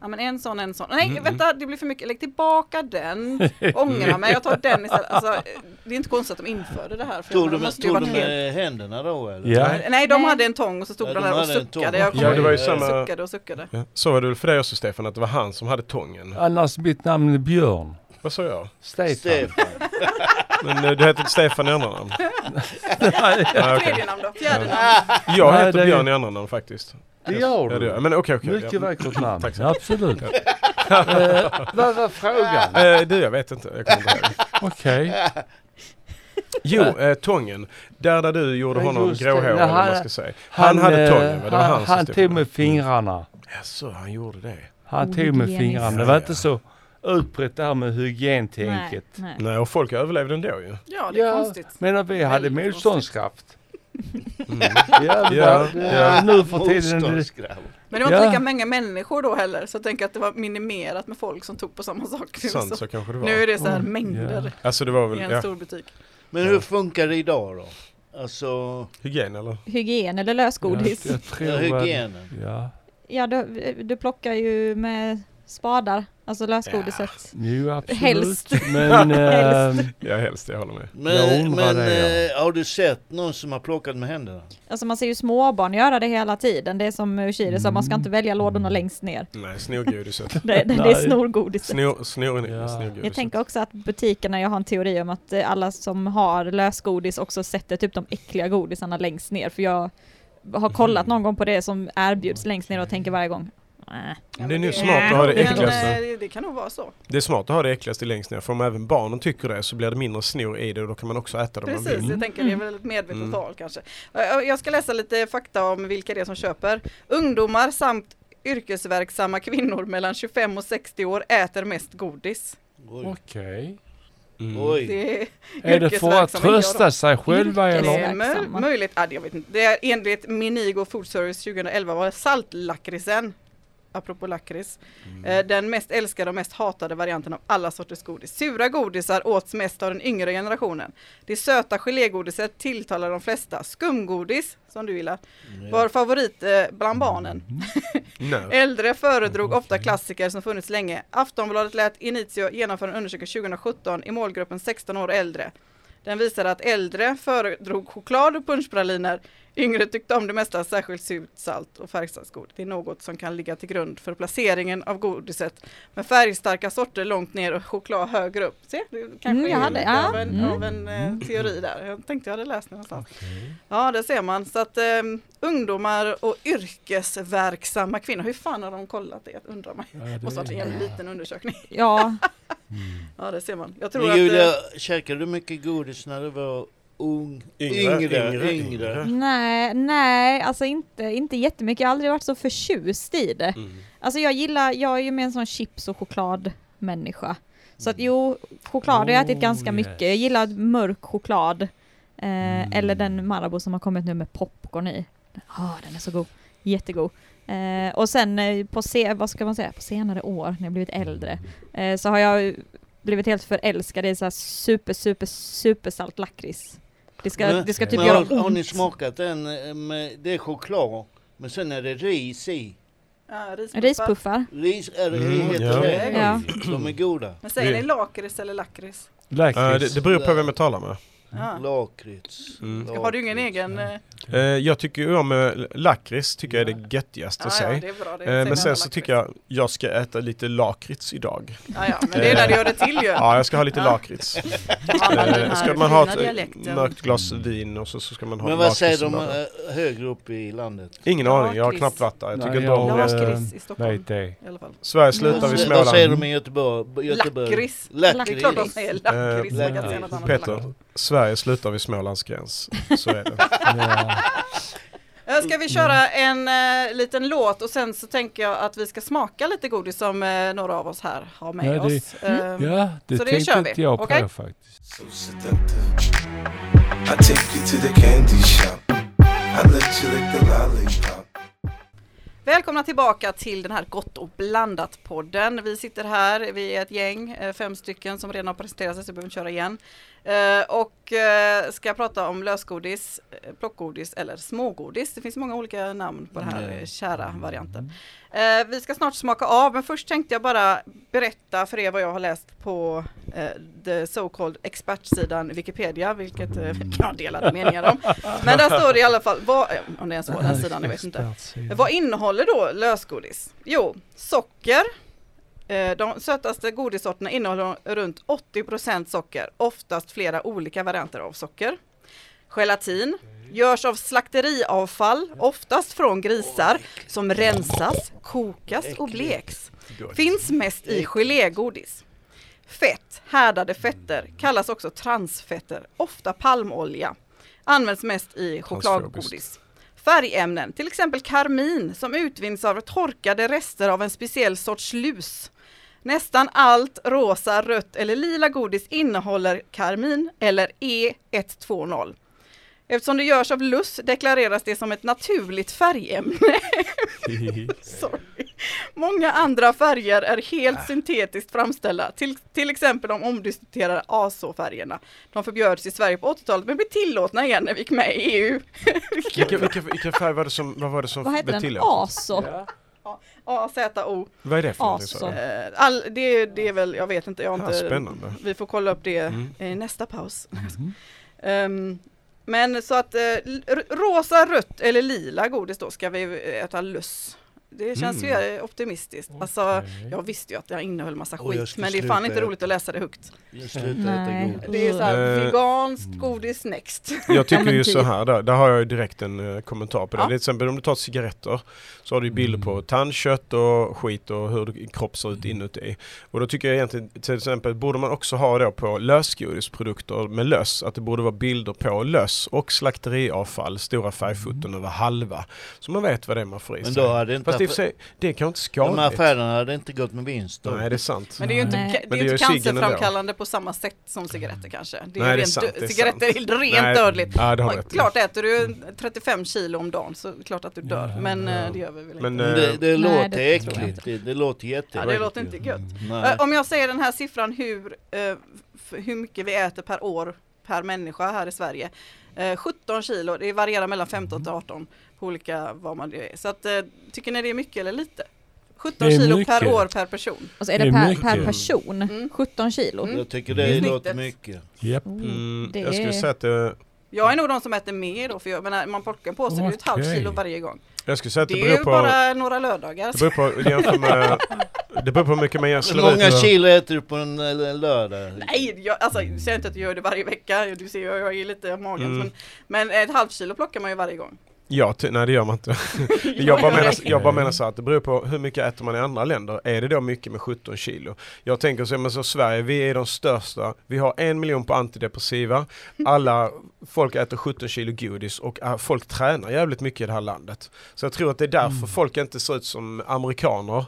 S1: Ja men en sån, en sån. Nej
S4: Mm,
S1: vänta det blir för mycket. Lägg tillbaka den. Ångra mig, jag tar den istället. Alltså, det är inte konstigt att de införde det här. För
S5: Tog
S1: jag
S5: du
S1: menar,
S5: med,
S1: måste ju
S5: tog du
S1: varit helt-
S5: med händerna då eller?
S2: Ja.
S1: Nej de
S3: Nej.
S1: hade en tång och så stod
S5: Ja,
S1: de
S5: de
S1: där och
S5: hade en tång.
S1: suckade. Jag
S4: Ja, det var ju
S1: ihåg,
S4: samma-
S1: Suckade och suckade.
S4: Ja. Så var det väl för dig också Stefan, att det var han som hade tången.
S2: Annars mitt namn är Björn.
S4: Vad sa jag?
S2: Stefan. *laughs*
S5: Stefan. *laughs*
S4: Men eh, du heter inte Stefan i andra namn? Nej, Ah, okej.
S1: Tredje namn då? Fjärde namn?
S4: Jag
S2: Nej, det
S4: heter
S2: är-
S4: Björn i andra namn faktiskt.
S2: Det
S4: Ja,
S2: gör
S4: det gör jag.
S2: du.
S4: Men okej, okej.
S2: Mycket
S4: ja.
S2: vackert namn.
S4: Tack så
S2: Absolut. Eh, Vad var frågan?
S4: *laughs* Eh, du, jag vet inte. Jag kommer inte ihåg.
S2: Okej.
S4: Jo, eh, tången. Där där du gjorde
S2: Ja,
S4: honom
S2: just det.
S4: gråhårig
S2: Ja,
S4: eller vad
S2: han-
S4: man ska säga. Han, hade
S2: eh,
S4: tången va? Det var han,
S2: Han,
S4: som
S2: han
S4: stod
S2: tog
S4: där. Mm.
S2: med fingrarna.
S4: Jaså, han gjorde det?
S2: Han tog med
S3: Ohygieniskt.
S2: fingrarna. Det var inte så utbrett det här med
S3: Nej,
S2: hygientänket.
S3: nej.
S4: Nej, och folk överlevde ändå ju.
S1: Ja det är konstigt.
S2: Men vi hade
S1: Väldigt
S2: motståndskraft.
S4: Mm.
S2: Ja,
S4: Ja,
S2: det-
S4: ja.
S2: Nu för tiden är det
S5: Motståndskraft.
S1: Men det var inte
S2: Ja.
S1: lika många människor då heller, så jag tänker att det var minimerat med folk som tog på samma sak. Nu,
S4: Sant,
S1: så.
S4: så kanske det
S1: nu är
S4: var.
S1: det så här
S2: Mm.
S1: mängder
S4: Alltså det var väl,
S1: i en
S4: ja,
S1: stor butik.
S5: Men hur funkar det idag då? Alltså,
S4: hygien eller?
S3: Hygien eller lösgodis.
S2: Jag, jag
S5: ja,
S2: tror att,
S5: hygienen.
S2: ja.
S3: Ja, du, du plockar ju med spadar, alltså lösgodiset.
S2: Jo, absolut.
S3: Helst.
S2: Men
S3: Helst.
S2: ehm,
S4: Ja, helst. Jag håller med.
S2: Jag
S5: Men,
S2: undrar
S5: men
S2: det,
S5: eh, har du sett någon som har plockat med händerna?
S3: Alltså man ser ju småbarn göra det hela tiden. Det är som Ushiri sa, man ska inte välja lådorna längst ner.
S4: Nej, snorgodiset.
S3: Det, det, det är
S2: Mm. Nej.
S3: snorgodiset.
S4: Snor, snor,
S2: Ja.
S4: snorgodiset.
S3: Jag tänker också att butikerna, jag har en teori om att eh, alla som har lösgodis också sätter typ de äckliga godisarna längst ner. För jag har kollat någon gång på det som erbjuds längst ner och tänker varje gång, "Äh."
S4: Men det är nu smart att ha det
S1: Men,
S4: äckligaste.
S1: eh, Det kan nog vara så.
S4: Det är smart att ha det äckligaste längst ner, för om även barnen tycker det så blir det mindre snor i det och då kan man också äta det om man
S1: Precis,
S4: vill.
S1: jag tänker det är väl ett medvetet
S4: Mm.
S1: val kanske. Eh, Jag ska läsa lite fakta om vilka det är som köper. Ungdomar samt yrkesverksamma kvinnor mellan 25 och 60 år äter mest godis.
S5: Oj.
S2: Okej.
S4: Mm.
S5: Oj.
S1: Det är,
S2: Är det för att
S1: Yrkesverksamma gör
S2: trösta sig själva
S1: det
S2: eller?
S1: är mö-
S3: Yrkesverksamma.
S1: möjligt. Ah, det- jag vet inte. Det är enligt Minigo Food Service 2011 var saltlakritsen, apropå lakrits, eh, den mest älskade och mest hatade varianten av alla sorters godis. Sura godisar åts mest av den yngre generationen. Det söta gelégodiset tilltalar de flesta. Skumgodis, som du gillar, var favorit eh, bland barnen.
S2: Mm,
S4: Nej.
S1: Äldre föredrog ofta klassiker som funnits länge. Aftonbladet lät Initio genomföra en undersökning 2017 i målgruppen 16 år och äldre. Den visade att äldre föredrog choklad och punschpraliner Yngre tyckte om det mesta, särskilt surt, salt och färgstarksgodis. Det är något som kan ligga till grund för placeringen av godiset med färgstarka sorter långt ner och choklad högre upp. Se, det kanske
S3: Mm, jag
S1: är
S3: hade-
S1: lite
S3: ja.
S1: av en,
S3: Mm.
S1: av en eh, teori där. Jag tänkte jag hade läst det någonstans. Ja, det ser man. Så att eh, ungdomar och yrkesverksamma kvinnor, hur fan har de kollat det undrar man.
S2: Ja, det
S1: Måste ha varit
S2: är-
S1: en liten undersökning.
S3: Ja,
S2: Mm.
S1: Ja, det ser man. Jag tror
S5: Men Julia,
S1: att... eh,
S5: käkade du mycket godis när du var ung?
S1: Typ
S4: Yngre,
S5: yngre.
S4: yngre, yngre.
S3: nej, nej, alltså inte, inte jättemycket. Jag har aldrig varit så förtjust i det.
S4: Mm.
S3: Alltså jag gillar, jag är ju med en sån chips och chokladmänniska. Så
S5: Mm.
S3: att jo, choklad har jag ätit
S2: Oh,
S3: ganska
S2: yes.
S3: mycket. Jag gillar mörk choklad. Eh,
S2: Mm.
S3: Eller den Marabou som har kommit nu med popcorn i. Ah, den är så god. Jättegod. Eh, och sen eh, på, se, vad ska man säga, på senare år när jag blivit
S5: Mm.
S3: äldre
S2: Mm,
S3: eh, så har jag blivit helt förälskad i så här super super super salt lakrits. Det ska,
S5: Men-
S3: det ska typ
S5: Men
S3: göra
S5: har, har ni
S3: ont.
S5: smakat den? eh, Med, det är choklad, men sen är det ris i.
S1: Ja, rispuffar.
S3: Rispuffar.
S5: Ris, är det,
S4: Mm,
S5: heter
S4: ja.
S5: det?
S3: Ja.
S5: De är goda.
S1: Men säger
S4: Det-
S1: ni lakrits eller lakrits?
S4: Eh,
S2: Lakrits.
S4: det, det beror på vem jag talar med.
S1: Ja.
S5: Lakrits.
S4: Mm.
S1: Har du ingen
S5: Lakrits.
S1: egen? eh,
S4: Eh, jag tycker ju om eh, lakrits, tycker jag är det göttigaste
S1: Ja,
S4: att
S1: ja,
S4: säga.
S1: det är bra. Det
S4: Eh,
S1: säger man
S4: Men sen så
S1: lakrits.
S4: tycker jag, jag ska äta lite lakrits idag.
S1: Ja, ja, men det är när du gör det till ju.
S4: *laughs* Ja, jag ska ha lite
S1: Ja.
S4: lakrits.
S1: Ja, men den
S4: Eh,
S1: här
S4: Ska man ha
S1: fina
S4: ett
S1: dialekten.
S4: eh, mörkt glas vin och så, så ska man ha
S5: Men vad säger
S4: lakrits
S5: de
S4: idag.
S5: eh, högre upp i landet?
S4: Ingen aning, jag har
S1: Lakrits.
S4: knappt varit där. Jag
S2: Nej,
S4: tycker inte
S2: jag-
S4: om resten.
S1: Lakrits i Stockholm
S2: Vet det.
S1: i alla fall.
S4: Sverige slutar vid
S5: Vad- Vad säger de
S4: Småland.
S5: i Göteborg? Göteborg.
S1: Lakrits. Det är
S5: Lakrits.
S1: klart de säger lakrits.
S4: Eh,
S1: man kan säga något annat än lakrits.
S4: Peter, Sverige slutar vid Smålands gräns.
S3: *laughs*
S4: Så är det.
S2: Ja.
S1: Eh, Ska vi köra en eh, liten låt och sen så tänker jag att vi ska smaka lite godis som eh, några av oss här har med
S2: Ja, det- Mm,
S1: oss. Eh,
S2: ja, det
S1: Så det
S2: tänkte
S1: kör vi,
S2: inte jag på
S1: okej?
S2: faktiskt.
S6: So seductive. I take you to the candy shop. I let you lick the lollipop.
S1: Välkomna tillbaka till den här Gott och blandat-podden. Vi sitter här, vi är ett gäng, eh, fem stycken som redan har presenterat sig så vi behöver inte köra igen. Eh, Och eh, ska prata om lösgodis, eh, plockgodis eller smågodis. Det finns många olika namn på den här
S5: Mm.
S1: eh, kära varianten. Eh, Vi ska snart smaka av men först tänkte jag bara berätta för er vad jag har läst på eh, the so called expertsidan Wikipedia, vilket eh, jag har delade meningar om. Men där står det i alla fall, vad, eh, om det är ens var den sidan, jag vet inte.
S2: Expertsidan.
S1: Vad innehåller då lösgodis? Jo, socker. Eh, De sötaste godissorterna innehåller runt 80 socker, oftast flera olika varianter av socker. Gelatin görs av slakteriavfall, oftast från grisar, som rensas, kokas och bleks. Finns mest i gelégodis. Fett, härdade fetter, kallas också transfetter, ofta palmolja. Används mest i chokladgodis. Färgämnen, till exempel karmin, som utvinns av torkade rester av en speciell sorts lus. Nästan allt rosa, rött eller lila godis innehåller karmin eller E E120. Eftersom det görs av luss deklareras det som ett naturligt färgämne. *laughs* Sorry. Många andra färger är helt syntetiskt framställda, till, till exempel de omdiskuterade azofärgerna. De förbjöds i Sverige på 80-talet men blev tillåtna igen när vi gick med i E EU.
S4: Vilken, vilken, vilken färg var det som, vad var det som
S3: Vad heter
S4: blev
S3: den?
S4: tillåtet?
S3: Aso.
S1: AZO.
S4: Vad är det för någonting? sa
S3: Aso.
S4: jag?
S1: Eh, All, det, det är väl, jag vet inte, jag har
S4: Ah,
S1: inte
S4: spännande.
S1: Vi får kolla upp det
S4: Mm.
S1: i nästa paus.
S2: Mhm.
S1: Ehm, men så att eh, r- rosa, rött eller lila godis då ska vi eh, äta löss. Det känns
S4: Mm.
S1: ju eh, optimistiskt. Alltså,
S2: Okej.
S1: jag visste ju att det innehöll massa
S5: Och jag
S1: skit,
S5: ska
S1: men det är
S5: sluta
S1: fan inte
S5: äta.
S1: roligt att läsa det högt.
S5: Jag slutar äta
S3: Nej.
S5: godis.
S1: Det är så här,
S4: Eh.
S1: veganskt godis next.
S4: Jag tycker
S3: men
S4: ju
S3: typ.
S4: så här, där, där har jag ju direkt en eh, kommentar på det.
S1: Ja.
S4: Det är Till exempel om du tar cigaretter så har du ju bilder på
S5: Mm.
S4: tandkött och skit och hur din kropp ser ut inuti. Och då tycker jag egentligen till exempel borde man också ha då på lösgodisprodukter med löss, att det borde vara bilder på löss och slakteriavfall, stora färgfoton över halva. Så man vet vad det är man får i
S5: Mm. Men då
S4: sig.
S5: hade inte
S4: Fast i och för
S5: affär,
S4: sig, det kan ju inte
S5: de här
S4: skadligt.
S5: affärerna hade inte gått med vinst då.
S4: Nej, det är sant.
S1: Men det är ju inte,
S3: Nej.
S1: ka-
S4: Men
S1: det
S4: det
S1: är ju
S4: gör
S1: inte
S4: ciggen ändå.
S1: cancerframkallande på samma sätt som cigaretter kanske. Det är
S4: Nej,
S1: ju
S4: det är
S1: rent,
S4: sant, det är
S1: cigaretter är rent
S4: Nej.
S1: dödligt.
S4: Ja, det har du
S1: Ja,
S4: rätt i.
S1: klart äter du 35 kilo om dagen så klart att du dör.
S2: Ja,
S1: men
S2: ja.
S1: eh, det gör vi väl
S4: Men,
S1: inte.
S5: Men det, det
S3: Nej,
S5: låter
S3: det tror jag
S5: äckligt. Det, det låter
S1: Ja,
S5: jätteäckligt.
S1: det låter inte gött.
S5: Nej.
S1: Eh, om jag säger den här siffran hur, eh, f- hur mycket vi äter per år per människa här i Sverige. Eh, 17 kilo, det varierar mellan 15
S4: Mm.
S1: till 18 på olika vad man det är. Så att, eh, tycker ni det är mycket eller lite? 17
S2: Det är
S1: kilo per
S2: mycket.
S1: år per person.
S3: Och så Alltså, är
S2: Det
S3: det,
S2: är
S3: per,
S2: mycket.
S3: per person,
S1: Mm.
S3: 17 kilo.
S1: Mm.
S5: Jag tycker
S1: I
S5: det
S1: Mm. snittet.
S5: låter mycket.
S2: Japp.
S3: Oh,
S4: Mm,
S3: det
S4: jag skulle
S3: är-
S4: säga att det,
S1: Jag är nog de som äter mer då, för jag menar, man plockar en påse, det är ju ett halvt
S2: Okej.
S1: kilo varje gång.
S4: Jag skulle säga att det,
S1: Det är
S4: beror
S1: ju
S4: på...
S1: bara några lördagar.
S4: Det beror på, jämför *laughs* med, det beror på hur mycket man gör-
S5: Hur
S4: slår ut.
S5: många
S4: med-
S5: kilo äter du på en eh, lördag?
S1: Nej, jag, alltså, jag säger inte att jag gör det varje vecka, du ser jag, jag är lite magen.
S4: Mm.
S1: Men, men ett halvt kilo plockar man ju varje gång.
S4: Ja, ty, nej det gör man inte. jag, bara menar,
S1: Nej.
S4: jag bara menar så här att det beror på hur mycket äter man i andra länder. Är det då mycket med 17 kilo? Jag tänker så, men så Sverige, vi är de största. Vi har en miljon på antidepressiva. Alla folk äter 17 kilo godis och äh, folk tränar jävligt mycket i det här landet. Så jag tror att det är därför folk inte ser ut som amerikaner.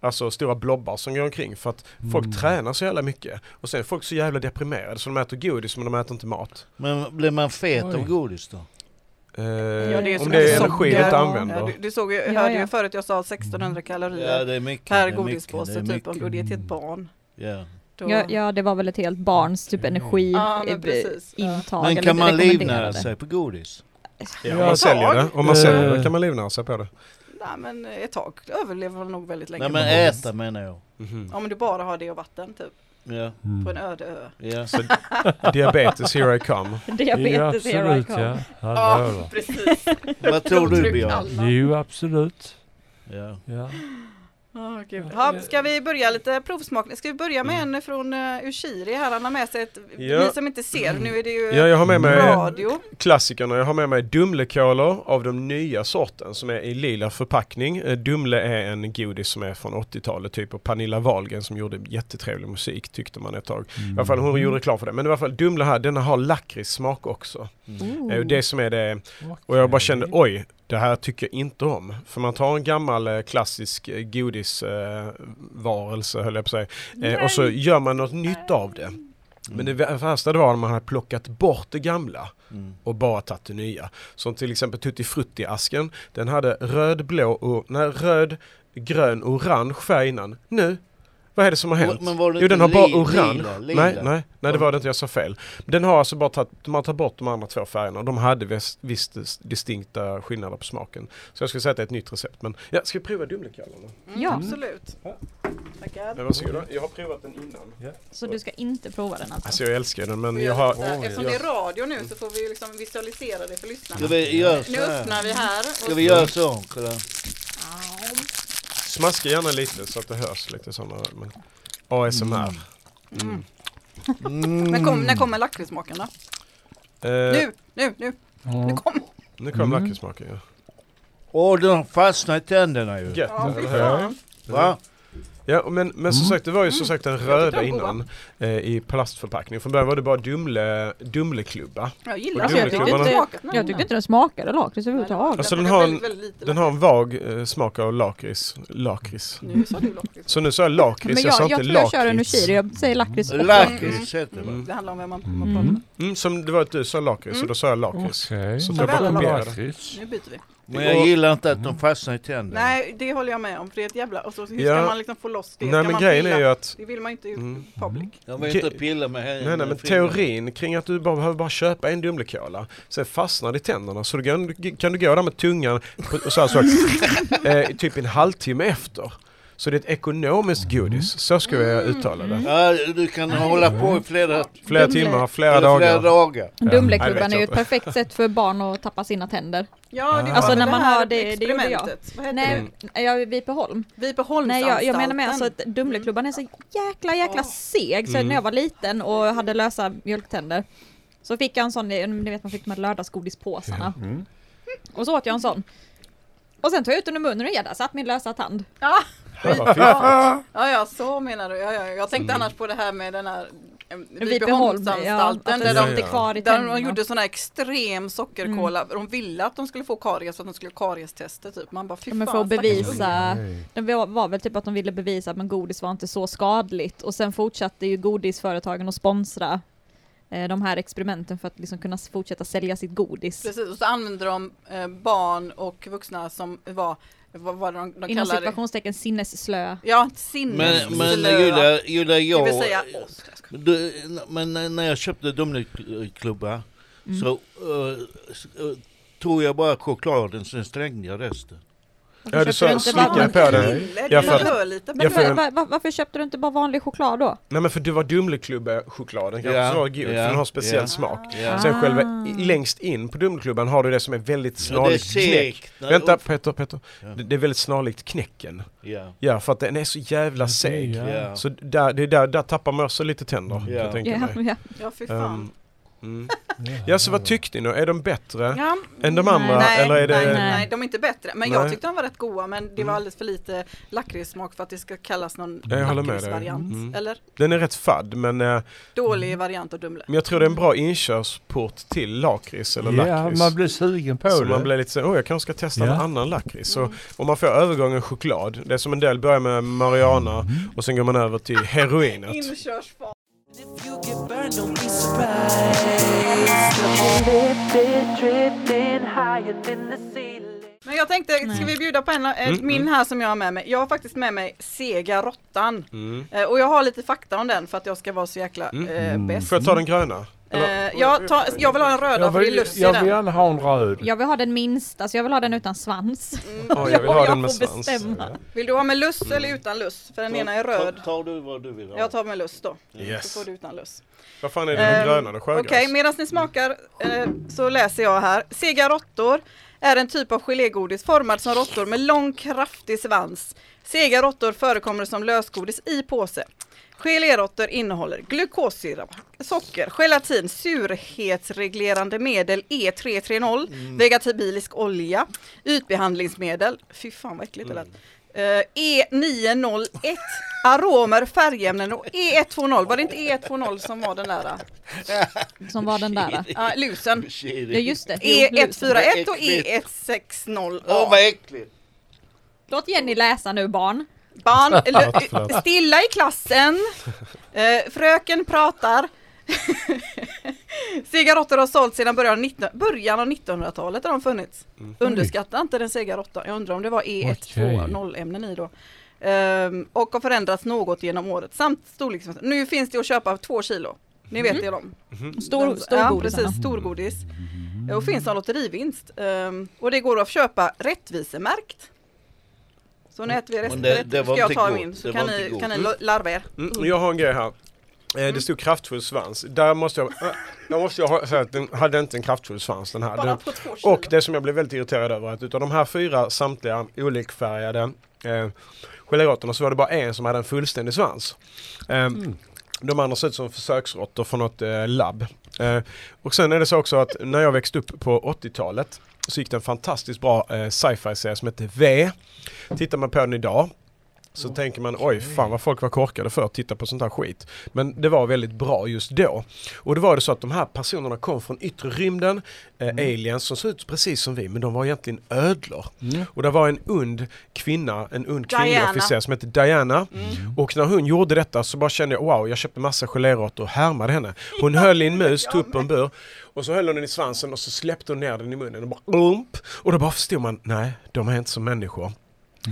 S4: Alltså stora blobbar som går omkring för att folk
S2: Mm.
S4: tränar så jävla mycket. Och sen är folk så jävla deprimerade så de äter godis men de äter inte mat.
S5: Men blir man fet
S2: Oj.
S5: av godis då?
S4: Eh,
S1: Ja, det är så mycket
S4: om det är
S1: socker.
S4: energi du inte
S3: Ja.
S4: använder.
S1: Ja, du, du såg ju,
S3: Ja,
S1: hörde
S3: ja.
S1: ju förut jag sa 1600 kalorier
S5: Ja, det är mycket. det
S1: per
S5: är
S1: godispåse
S5: mycket, det är
S1: typ, om du
S5: mycket.
S1: det är till ett barn.
S5: Ja.
S1: Då,
S3: Mm. Ja, ja, det var väl ett helt barns typ
S4: Mm.
S3: energi
S1: Ja, men
S3: eh,
S1: precis. Ja.
S3: intag.
S5: Men
S3: eller
S5: kan man livnära
S3: rekommenderade. *laughs*
S5: sig på godis?
S4: Ja, om
S2: Ja,
S4: man
S2: ett
S4: säljer det,
S1: tag.
S4: om man säljer det
S2: Eh.
S4: kan man livnära sig på det.
S1: Nej men ett tag överlever man nog väldigt länge.
S5: Nej men äta menar jag.
S1: Om du bara har det och vatten typ,
S5: Ja,
S2: Mm.
S1: på en öde ö. *laughs*
S5: ja.
S4: Så diabetes, here I come.
S2: Ja,
S3: Diabetes here I
S2: absolut
S3: come.
S2: ja.
S1: Ja,
S2: Hallå, då.
S1: precis.
S5: Vad tror du
S1: Blodtryck,
S5: Björn?
S1: alla.
S2: Jo, absolut.
S5: Ja.
S2: Ja. Mm.
S1: Åh, gud. Ja, ska vi börja lite provsmakning? Ska vi börja med en från uh, Ushiri här? Han har med sig ett,
S4: Ja.
S1: ni som inte ser, nu är det ju
S4: Ja, jag har med mig
S1: radio.
S4: klassikerna. Jag har med mig Dumlekolor av den nya sorten som är i lila förpackning. Eh, Dumle är en godis som är från 80-talet typ och Pernilla Wahlgren som gjorde jättetrevlig musik tyckte man ett tag. I alla fall
S2: Mm.
S4: hon gjorde reklam för det. Men i alla fall Dumle här, denna har lakritssmak också.
S5: Mm.
S4: Det är ju det som är det
S2: Mm.
S4: Och jag bara kände, oj, det här tycker jag inte om. För man tar en gammal eh, klassisk eh, godisvarelse, eh, varelse, höll jag på att säga, eh, och så gör man något nytt av det. Men det vä- värsta det var när man hade plockat bort det gamla
S5: Mm.
S4: och bara tagit det nya. Som till exempel Tutti Frutti-asken, den hade röd, blå och, nej, röd, grön, orange färg innan. Nu, vad är det som har hänt?
S5: Men var det
S4: Jo den har
S5: inte
S4: bara
S5: li-
S4: orange.
S5: lila,
S4: Nej,
S5: lila?
S4: nej, nej det var det inte, jag sa fel. Den har alltså bara tagit, de har tagit bort de andra två färgerna och de hade vis- visst dis- distinkta skillnader på smaken. Så jag skulle säga att det är ett nytt recept. Men ja, ska vi prova Dumlekollen? då?
S1: Mm,
S3: Ja.
S1: Absolut.
S4: Ja.
S1: Tackar.
S4: Men varsågoda, Mm. jag har provat den innan.
S3: Så du ska inte prova den alltså?
S4: Alltså jag älskar den men
S1: Får
S4: jag
S1: jag
S4: har...
S1: lite- Eftersom det är
S4: jag-
S1: radio nu så får vi ju liksom visualisera det för
S5: Ska
S1: lyssnarna.
S5: vi göra så
S1: Nu
S5: här?
S1: öppnar vi här.
S5: Ska
S1: Och
S5: vi göra så? Kolla.
S4: Smaska gärna lite så att det hörs lite sådana... Men... ASMR.
S1: mm.
S5: Mm.
S1: När, kom, när kommer lakritssmaken då?
S4: Eh,
S1: Nu, nu, nu,
S4: Mm.
S1: nu kom.
S4: nu kom
S2: Mm.
S4: lakritssmaken ja.
S5: Åh, den fastnar i tänderna ju.
S4: Gött!
S1: Ja, fy
S4: eller hur?
S1: fan.
S5: Va?
S4: Ja, och men, men som
S2: Mm.
S4: sagt, det var ju som sagt den
S1: tyckte
S4: röda
S1: de var
S4: innan eh, i plastförpackning. Från början var det bara Dumle, Dumleklubba.
S1: Jag gillar
S4: Och
S1: det. Jag tyckte
S4: gummiklubbarna.
S1: inte det smakade
S3: Jag tyckte inte den smakade lakrits överhuvudtaget.
S4: Alltså,
S1: den
S4: den har en-
S1: väldigt, väldigt lite
S4: Den har en vag eh, smak av lakrits. lakrits.
S1: lakrits. Nu sa du lakrits.
S4: Så nu sa jag lakrits,
S3: Men
S4: jag, sa
S3: jag, jag
S4: inte
S3: tror jag
S4: lakrits.
S3: kör en ushiri, jag säger lakrits också.
S5: Lakrits heter det va?
S4: Mm.
S1: Det handlar om vem man, man
S2: Mm.
S1: pratar med.
S4: Mm, som det var att du sa lakrits
S1: Mm.
S4: och då sa jag lakrits.
S2: Okej. Mm.
S4: Så
S1: jag bara
S4: kopierade.
S2: Lakrits.
S1: Nu byter vi.
S5: Men jag gillar inte att de fastnar i tänderna.
S1: Nej, det håller jag med om. För det är ett jävla... Och så, hur
S4: Ja.
S1: ska man liksom få loss det?
S4: Nej
S1: ska
S4: men
S1: man
S4: grejen
S1: pilla?
S4: är ju att
S1: Det vill man ju inte ut
S4: Mm.
S1: public.
S5: Jag vill inte
S4: Ge-
S5: pilla med händerna.
S4: Nej, nej, men teorin kring att du bara behöver bara köpa en Dumlekola, sen fastnar det i tänderna så du kan, kan du gå där med tungan på- och så här, så
S3: *laughs*
S4: här, eh, typ en halvtimme efter. Så det är ett ekonomiskt godis, så skulle jag
S3: Mm.
S4: uttala det.
S5: Ja, du kan hålla på i flera,
S4: Flera
S3: Dumle.
S4: timmar, flera
S5: flera, flera
S4: dagar.
S5: dagar.
S4: Nej, det
S3: Dumleklubban
S4: vet
S3: är ju
S4: jag
S3: ett perfekt sätt för barn att tappa sina tänder.
S1: Ja, det var
S4: Alltså,
S1: väl
S4: när
S1: det
S3: Mm. man
S1: här
S3: har det- det gjorde jag.
S1: experimentet. Vad heter det?
S3: Nej, jag är Vipeholm. Nej,
S1: Vipeholmsanstalten.
S3: jag, jag menar med alltså att Dumleklubban är så
S1: Mm.
S3: jäkla, jäkla
S1: Åh.
S3: seg. Så
S4: Mm.
S3: när jag var liten och hade lösa mjölktänder så fick jag en sån, eh, ni vet man fick de här lördagsgodispåsarna.
S2: Mm.
S3: Och så åt jag en sån. Och sen tog jag ut den ur munnen och ja, där satt min lösa tand.
S1: Ja,
S4: Ja, Ah, vad Mm. fiffigt.
S1: ja, ja, så menar du. Ja, ja. Jag tänkte annars på det här med den här eh,
S3: ja,
S1: Vipeholmsanstalten.
S3: att den
S1: där
S4: Ja,
S1: de,
S3: satt kvar i
S1: där
S3: tänderna.
S1: de gjorde sån här extrem sockerkola.
S3: Mm.
S1: De ville att de skulle få karies för att de skulle kariestester typ. Man bara fy
S3: Ja, men
S1: fan,
S3: för att
S1: stackars ungar.
S3: bevisa,
S2: Okej.
S3: det var, var väl typ att de ville bevisa att men godis var inte så skadligt och sen fortsatte ju godisföretagen att sponsra eh, de här experimenten för att liksom kunna s- fortsätta sälja sitt godis.
S1: Precis, och så använde de eh, barn och vuxna som var, vad var det de, de
S3: Inom
S1: kallade det?
S3: situationstecken sinnesslöa.
S1: Ja,
S5: Men,
S1: sinnesslöa.
S5: men Julia, Julia
S1: Det
S5: jag...
S1: vill säga oss.
S5: Du, men när när jag köpte Dominiklubba
S1: Mm.
S5: så eh, s- eh, tog jag bara chokladen, sen slängde jag resten.
S3: Varför
S4: Ja,
S3: köpte
S4: du sa
S3: inte
S4: snickare
S3: vanlig-
S4: på den. Ja, för att-
S1: Lite.
S3: Men
S4: Jag får-
S3: var, var, varför köpte du inte bara vanlig choklad då?
S4: Nej men för du var Dumleklubbe-chokladen kanske
S5: Ja,
S4: yeah. var god, för
S5: ja,
S4: den har speciell
S5: ja.
S4: smak.
S5: Ja.
S4: Sen
S3: Ah.
S4: själva i- längst in på Dumleklubban har du det som är väldigt
S5: Ja, det är
S4: snarlikt knäck.
S5: segt.
S4: Vänta Peter, Peter.
S5: Ja.
S4: Det det är väldigt snarlikt knäcken.
S5: Ja.
S4: Ja, för att den är så jävla
S2: det är
S4: seg.
S2: ju-
S5: Ja.
S4: Så där, det är där, där tappar man också lite tänder, kan
S5: Ja.
S4: jag tänker
S3: Ja,
S4: mig.
S3: ja.
S1: Ja, fy fan.
S4: Ehm, mm. Ja, så vad tyckte ni? Är de bättre
S1: Ja.
S4: än de andra?
S1: nej,
S4: eller är det...
S1: nej, nej, de är inte bättre. Men jag
S4: Nej.
S1: tyckte de var rätt goda, men det var
S4: Mm.
S1: alldeles för lite lakritssmak för att det ska kallas någon
S4: Jag håller med dig.
S1: lakritsvariant.
S4: Mm.
S1: Eller
S4: Den är rätt fadd, men, eh,
S1: dålig variant av Dumle.
S4: men jag tror det är en bra inkörsport till lakrits eller
S2: Ja,
S4: lakrits.
S2: man blir sugen på
S4: Så
S2: det.
S4: man blir lite så åh jag kanske ska testa
S2: Ja.
S4: en annan lakrits. Så om man får övergången choklad, det är som en del börjar med Mariana och sen går man över till heroinet.
S1: Inkörsfas.
S7: If you get burned, don't be surprised. Lifted, drifting higher than the ceiling.
S1: Men jag tänkte, ska vi bjuda på en, eh,
S4: Mm,
S1: min här som jag har med mig? Jag har faktiskt med mig Sega Råttan.
S4: Mm.
S1: Eh, Och jag har lite fakta om den för att jag ska vara så jäkla
S4: Mm.
S1: eh, bäst.
S4: Får jag ta den gröna? Eller-
S1: Eh, jag, tar, jag vill ha den röda
S2: jag
S1: för det är
S2: vill,
S1: lust i
S2: jag vill
S1: den.
S2: gärna ha en röd.
S3: Jag vill ha den minsta, så jag vill ha den utan svans. *laughs*
S4: Ja, jag vill ha
S3: jag
S4: den med
S3: får
S4: svans.
S3: bestämma.
S1: Vill du ha med lust eller utan lust? För den ena är röd.
S5: Tar, tar du vad du vill ha?
S1: Jag tar med lust då.
S4: Yes.
S1: Så får du utan lust.
S4: Vad fan är det den
S1: Ehm,
S4: gröna då? Sjögräs?
S1: Okej, medan ni smakar eh, så läser jag här. Sega råttor är en typ av gelégodis formad som råttor med lång kraftig svans. Sega råttor förekommer som lösgodis i påse. Geléråttor innehåller glukossirap, socker, gelatin, surhetsreglerande medel E E330,
S4: Mm.
S1: vegetabilisk olja, ytbehandlingsmedel, fy fan vad äckligt det lät, Eh, E901, aromer, färgämnen och E E120, var det inte E120 som var den där? eh?
S3: Som var den där.
S1: Ja, lusen. E
S3: Ja just
S1: *laughs*
S3: det. Jo, blusen.
S1: E141 och E
S5: Äckligt.
S1: E160.
S5: Åh
S1: Ja.
S5: vad äckligt!
S3: Låt Jenny läsa nu barn.
S1: Barn, l- stilla i klassen. Eh, fröken pratar. *laughs* Cigarotter har sålts sedan början av, 19, början av 1900-talet har de funnits. Underskatta inte den cigarotta. Jag undrar om det var E E120-ämnen i då. Ehm, och har förändrats något genom året samt storleksmässigt. Nu finns det att köpa av två kilo. Ni vet det om.
S4: Mm.
S3: Stor,
S1: Den-
S3: stor Mm.
S1: ja,
S3: godis.
S1: precis, storgodis. Och finns som lotterivinst. Ehm, och det går att köpa rättvisemärkt. Så nu äter vi rest,
S5: Men det- det var
S1: ska jag
S5: inte
S1: ta
S5: gott.
S1: min så
S5: Det
S1: kan
S5: var
S1: ni,
S5: inte
S1: kan ni
S5: gott.
S1: lo- larva er.
S4: Mm, jag har en grej här. Eh, Det stod kraftfull svans. Där måste jag, äh, där måste jag ha- säga att den hade inte en kraftfull svans den här.
S1: Bara
S4: Den,
S1: på två kilo.
S4: och det som jag blev väldigt irriterad över att utav de här fyra samtliga olikfärgade eh, geléråttorna så var det bara en som hade en fullständig svans. Eh, De andra såg ut som försöksråttor från något eh, labb. Eh, och sen är det så också att när jag växte upp på 80-talet så gick det en fantastiskt bra eh, sci-fi serie som hette V. Tittar man på den idag så tänker man oj fan vad folk var korkade för att titta på sånt här skit. Men det var väldigt bra just då. Och då var det så att de här personerna kom från yttre rymden, eh, aliens som såg ut precis som vi men de var egentligen ödlor. Och det var en ond kvinna, en ond kvinnlig
S1: Diana.
S4: officer som hette Diana. Och när hon gjorde detta så bara kände jag wow, jag köpte massa geléråttor och härmade henne. Hon höll i en mus, tog upp en bur och så höll hon den i svansen och så släppte hon ner den i munnen och bara bump. Och då bara förstod man, nej de är inte som människor.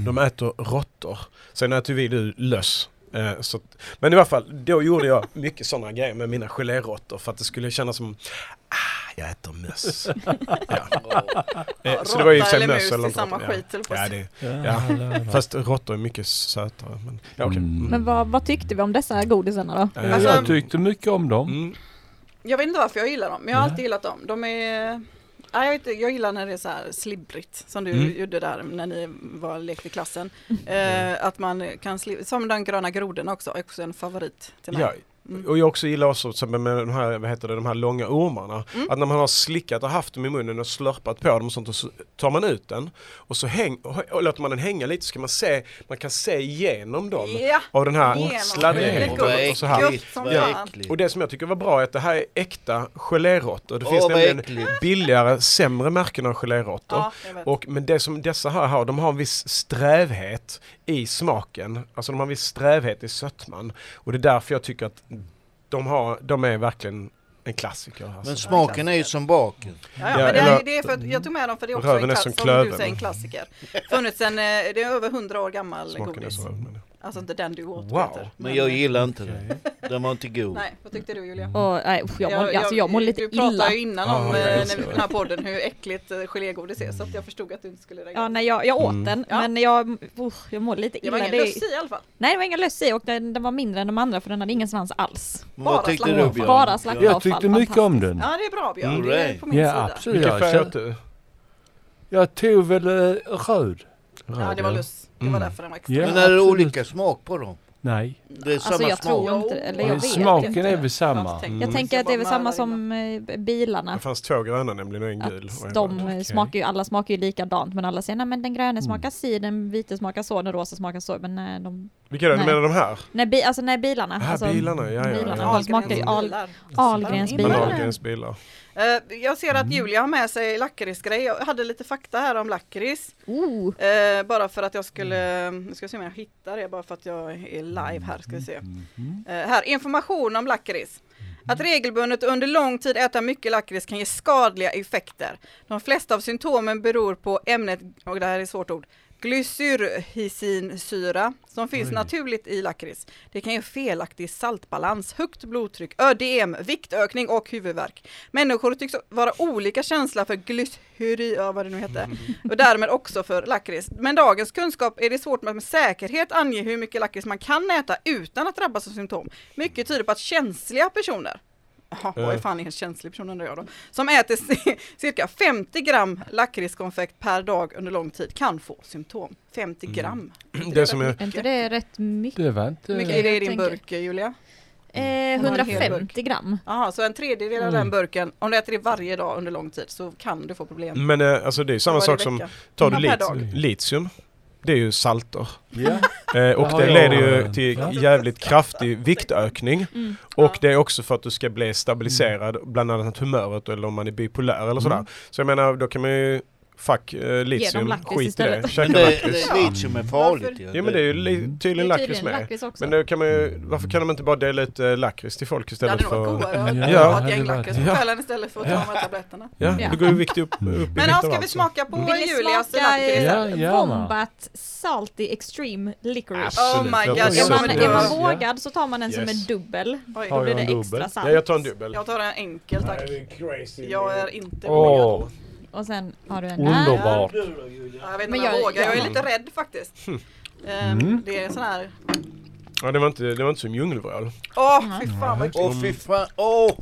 S4: De äter råttor. Sen äter vi du löss. Eh, så, att- men i alla fall, då gjorde jag mycket sådana grejer med mina geléråttor för att det skulle kännas som ah, jag äter *laughs* möss. Eh,
S1: Ja,
S4: så det var ju i och för sig
S1: råtta eller
S4: möss
S1: mus,
S4: eller
S1: det är
S4: något
S1: samma
S4: annat.
S1: skit, höll på
S4: ja.
S1: att
S4: ja,
S1: säga.
S4: det, ja. Fast råttor är mycket sötare. Men, ja, okej. Mm.
S3: Men vad, vad tyckte vi om dessa godisarna då?
S4: Eh,
S1: Alltså-
S2: jag tyckte mycket om dem.
S4: mm.
S1: Jag vet inte varför jag gillar dem, men jag har alltid gillat dem. De är... Nej, jag, vet inte, jag gillar när det är så här slibbrigt som du
S4: Mm.
S1: gjorde där när ni var lekte i klassen. Eh, att man kan slib- som den gröna groden också, är också en favorit till mig. Mm.
S4: Ja, och jag också gillar också som med de här, vad heter det, de här långa ormarna.
S1: Mm.
S4: Att när man har slickat och haft dem i munnen och slurpat på dem och sånt och så tar man ut den och så häng, och och låter man den hänga lite så kan man se, man kan se igenom dem
S1: Ja.
S4: av den här
S1: Genom.
S4: sladdigheten
S1: Åh, vad
S4: och så här.
S1: Gött som
S5: vad
S1: fan.
S5: äckligt.
S4: Och det som jag tycker var bra är att det här är äkta geléråttor. Det
S5: Åh,
S4: finns
S5: vad
S4: nämligen
S5: äckligt.
S4: billigare, sämre märken av geléråttor.
S1: Ja, jag vet.
S4: och, men det som dessa här har, de har en viss strävhet i smaken. Alltså de har en viss strävhet i sötman. Och det är därför jag tycker att de, har, de är verkligen en klassiker. Alltså.
S5: Men smaken är ju som baken.
S1: Ja, ja,
S4: Ja,
S1: men det,
S4: eller-
S1: är, det är för att jag tog med dem för det är också
S4: Röven
S1: en,
S4: är
S1: klass,
S4: som
S1: som du
S4: klöven.
S1: säger, en klassiker. Funnits en, eh, det är över 100 år gammal
S4: Smaken är
S1: godis.
S4: så. men-
S1: Alltså inte den du åt
S4: Wow.
S1: Peter.
S5: Men jag gillar inte den. Den var inte god.
S1: Nej, vad tyckte du Julia?
S3: Och, nej, usch, jag, mår, alltså, jag mår lite
S1: du
S3: illa.
S1: pratade ju innan
S4: Ja,
S1: om
S4: jag
S1: eh,
S4: älskar
S1: när vi,
S4: det.
S1: den här podden hur äckligt eh, gelégodis är så att jag förstod att du inte skulle reagera.
S3: Ja, nej, jag, jag åt
S4: Mm.
S3: den,
S1: Ja.
S3: men jag, usch, jag mår lite
S1: det
S3: illa.
S1: var ingen
S3: Det-
S1: löss i alla fall.
S3: Nej, det var ingen löss i och den, den var mindre än de andra för den hade ingen svans alls.
S5: Men
S1: Bara
S5: Vad tyckte
S1: slapp
S5: du
S1: av.
S5: Björn?
S3: Bara slapp av.
S5: Björn?
S2: Jag tyckte mycket om den.
S1: Ja, det är bra Björn.
S5: Mm,
S1: Det är
S5: right.
S1: på min
S2: Ja
S1: sida.
S2: absolut.
S4: Vilken färg åt
S2: Jag,
S4: du?
S2: jag tog väl eh, röd.
S1: Ja, det var löss. Det var
S4: Mm.
S1: därför den var extra.
S2: Ja.
S5: Men är det
S2: absolut.
S5: olika smak på dem?
S2: Nej.
S5: Det är samma
S3: Alltså jag
S5: smak?
S3: tror inte det, eller jag
S2: Men
S3: vet
S2: Smaken
S3: inte.
S2: är väl
S1: Jag har inte
S2: samma.
S4: Mm.
S1: tänkt på
S3: Jag
S1: det.
S3: tänker
S1: Jag
S3: att det
S1: bara
S3: är väl samma
S1: mörlar
S3: som eh, b-
S4: Det
S3: bilarna.
S4: fanns två gröna nämligen och en
S3: Att
S4: gul. och en
S3: de
S4: röd.
S3: eh, smakar ju, alla smakar ju likadant men alla säger nej men den
S4: Mm.
S3: gröna smakar si, den vita smakar så, den rosa smakar så. Men nej, de,
S4: Vilka är det? Du
S3: Nej.
S4: menar de här?
S3: nej, bi, alltså, nej bilarna.
S4: Ah,
S3: alltså,
S4: bilarna, ja, ja, ja.
S3: bilarna, De
S1: Ahlgrens
S3: smakar ju al,
S1: bilar.
S3: Ahlgrens
S1: Men
S4: Men
S3: bilar.
S4: Ahlgrens bilar.
S1: Eh, Jag ser att Julia har med sig lakritsgrej. Jag hade lite fakta här om lakrits.
S3: Oh,
S1: Eh, bara för att jag skulle, nu ska vi se om jag hittar det, bara för att jag är live här ska vi se. Eh, här, information om lakrits. Att regelbundet under lång tid äta mycket lakrits kan ge skadliga effekter. De flesta av symptomen beror på ämnet, och det här är ett svårt ord, glysyrhisinsyra som finns naturligt i lakrits. Det kan ge felaktig saltbalans, högt blodtryck, ödem, viktökning och huvudvärk. Människor tycks vara olika känsla för glysyri, ja, vad det nu hette, och därmed också för lakrits. Men dagens kunskap är det svårt att med säkerhet ange hur mycket lakrits man kan äta utan att drabbas av symptom. Mycket tyder på att känsliga personer Jaha, vad är
S4: Eh.
S1: fan är en känslig person undrar jag då? Som äter ci- cirka 50 gram lakritskonfekt per dag under lång tid kan få symptom. 50 gram. Inte
S4: Mm. *clears throat* Det som
S1: rätt
S4: är-
S1: mycket?
S3: är inte det rätt mycket?
S2: Det var inte...
S1: Hur mycket är det i din
S3: tänker-
S1: burk Julia?
S3: Eh,
S4: Mm.
S1: Hon har en hel
S3: 150 gram.
S1: Jaha, så en tredjedel av den burken, om du äter det varje dag under lång tid så kan du få problem.
S4: Men eh, alltså det är ju samma
S1: Varje
S4: sak som,
S1: vecka.
S4: tar du
S1: Ja, per
S4: lit,
S1: dag.
S4: litium, det är ju salter.
S2: Ja.
S4: Eh, och
S2: har
S4: det
S2: jag
S4: leder
S2: en.
S4: ju
S2: Ja.
S4: till jävligt kraftig viktökning.
S3: Mm.
S1: Ja.
S4: Och det är också för att du ska bli stabiliserad, bland annat humöret eller om man är bipolär eller sådär. Så jag menar, då kan man ju, fuck eh, litium,
S3: lakrits
S4: skit i
S3: istället.
S4: det.
S5: Men
S4: Käka
S5: det,
S4: lakrits.
S5: det är litium är farligt ju.
S4: Ja men det är ju li- tydligen lakrits med.
S3: också.
S4: Men då kan man ju, varför kan de inte bara dela ut eh, lakrits till folk
S1: Det
S4: istället
S1: hade nog varit
S4: för...
S1: godare att
S4: Ja,
S1: ta ett
S2: det
S1: gäng
S2: hade varit-
S1: lakrits på
S4: Ja.
S1: kvällen istället för att ta de här tabletterna.
S4: Ja,
S3: Ja.
S4: då går ju vikt upp, upp i vikt
S1: Men ja,
S4: av
S1: ska vi
S4: allt, så.
S1: smaka på
S3: Vill ni
S1: Julias
S3: smaka
S1: lakrits?
S2: Ja,
S3: eh,
S2: gärna.
S3: Wombat Salty Extreme Licorice?
S1: Oh my
S4: Jag
S1: god,
S4: får
S1: jag
S3: Är
S4: Alltså, så
S3: man,
S1: måste
S4: mycket
S3: är
S1: göra-
S3: man
S2: Ja.
S3: vågad så tar man en som
S4: Yes.
S3: en dubbel.
S1: Oj,
S3: Då
S2: Har
S3: blir
S2: jag
S3: det
S2: en
S3: extra
S2: dubbel?
S3: salt.
S4: Ja, jag tar en dubbel.
S1: Jag tar en enkel tack. Jag är inte vågad.
S2: Åh,
S3: Och sen har du en här.
S2: underbart.
S5: Du då, Julia?
S1: Ja, Jag vet inte
S3: Men
S1: om jag
S3: jag-
S1: vågar, jag är
S3: jag-
S1: lite rädd faktiskt.
S4: Hm.
S1: Ehm,
S2: Mm.
S1: Det är en sån här,
S4: Ja, det var inte, det var inte som djungelvrål.
S1: åh fy fan vad
S5: Åh fy fan, åh!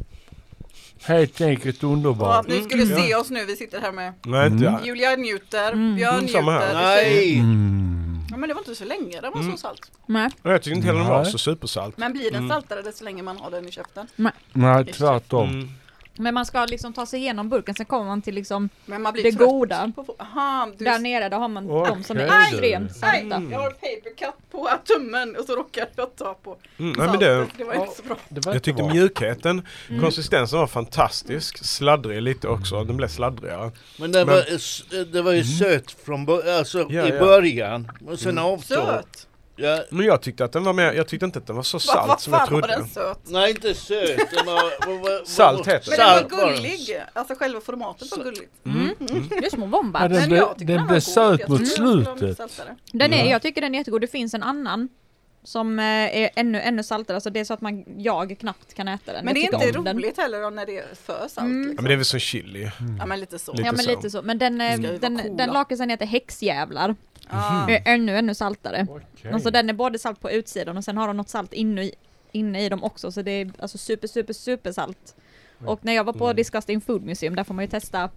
S2: Helt enkelt
S1: Ja,
S2: underbart.
S1: ni skulle
S4: Mm.
S1: se oss nu, vi sitter här med
S4: Nej, inte jag.
S1: Julia njuter, Björn
S4: Mm, samma här. Mm.
S1: njuter.
S5: Nej!
S2: Mm.
S1: Ja, men det var inte så länge den var så salt.
S3: Nej.
S4: Jag tycker inte heller den var
S2: Nej.
S4: så supersalt.
S1: Men blir den saltare desto länge man har den i käften.
S2: Nej, tvärtom.
S4: Mm.
S3: Men man ska liksom ta sig igenom burken, sen kommer man till liksom
S1: Men man blir
S3: det
S1: trött.
S3: goda.
S1: På, fo- aha, du,
S3: Där nere där har man de som är
S2: Okej, du.
S3: extremt
S1: aj,
S3: salta.
S1: jag har papercut på tummen och så råkade jag ta på
S4: Mm. Nej, men
S1: saltet.
S4: det,
S1: det var inte så bra.
S2: Det var
S4: jag tyckte
S2: bra.
S4: mjäkheten,
S1: Mm.
S4: konsistensen var fantastisk. Sladdrig lite också, den blev sladdrigare.
S5: Men det,
S4: Men- Mm.
S5: Var, s- det var ju söt från bör- alltså,
S4: Ja, Mm.
S5: i
S4: ja.
S5: början, och sen avtog.
S1: Söt!
S5: Ja,
S4: Men jag tyckte att den var mer, jag tyckte inte att den var så
S1: Va- Vad
S4: salt som jag
S1: fan var
S4: trodde.
S1: den söt?
S5: nej inte söt, den var... var, var
S4: Salt heter
S1: Men
S4: det.
S5: salt
S1: den var gullig, alltså själva formatet var gulligt.
S3: Det är små
S2: Ja,
S3: vombat.
S2: den
S1: Men
S2: blev,
S1: jag tyckte
S2: den
S1: var
S2: blev
S1: god.
S2: söt
S1: Jag
S2: mot
S1: tyckte den skulle vara mycket
S2: slutet.
S1: saltare.
S3: Den är, jag tycker den är jättegod. Det finns en annan som eh, är ännu, ännu saltare. Alltså det är så att man, jag knappt kan äta den.
S1: Men det
S3: jag
S1: är inte
S3: tycker om den.
S1: roligt heller när det är för salt.
S3: Mm.
S4: Ja,
S1: Liksom.
S4: men det är väl som chili.
S1: Ja men lite så.
S4: Lite
S3: Ja men
S4: så.
S3: lite så. Men den, eh,
S1: Ska ju vara
S3: den,
S1: coola.
S3: den lakritsen heter häxjävlar.
S1: Ah.
S3: Är ännu, ännu saltare.
S2: Okej.
S3: Alltså den är både salt på utsidan och sen har de något salt inne i, inne i dem också. Så det är alltså super, super, super salt. Och när jag var på Disgusting Food Museum, där får man ju testa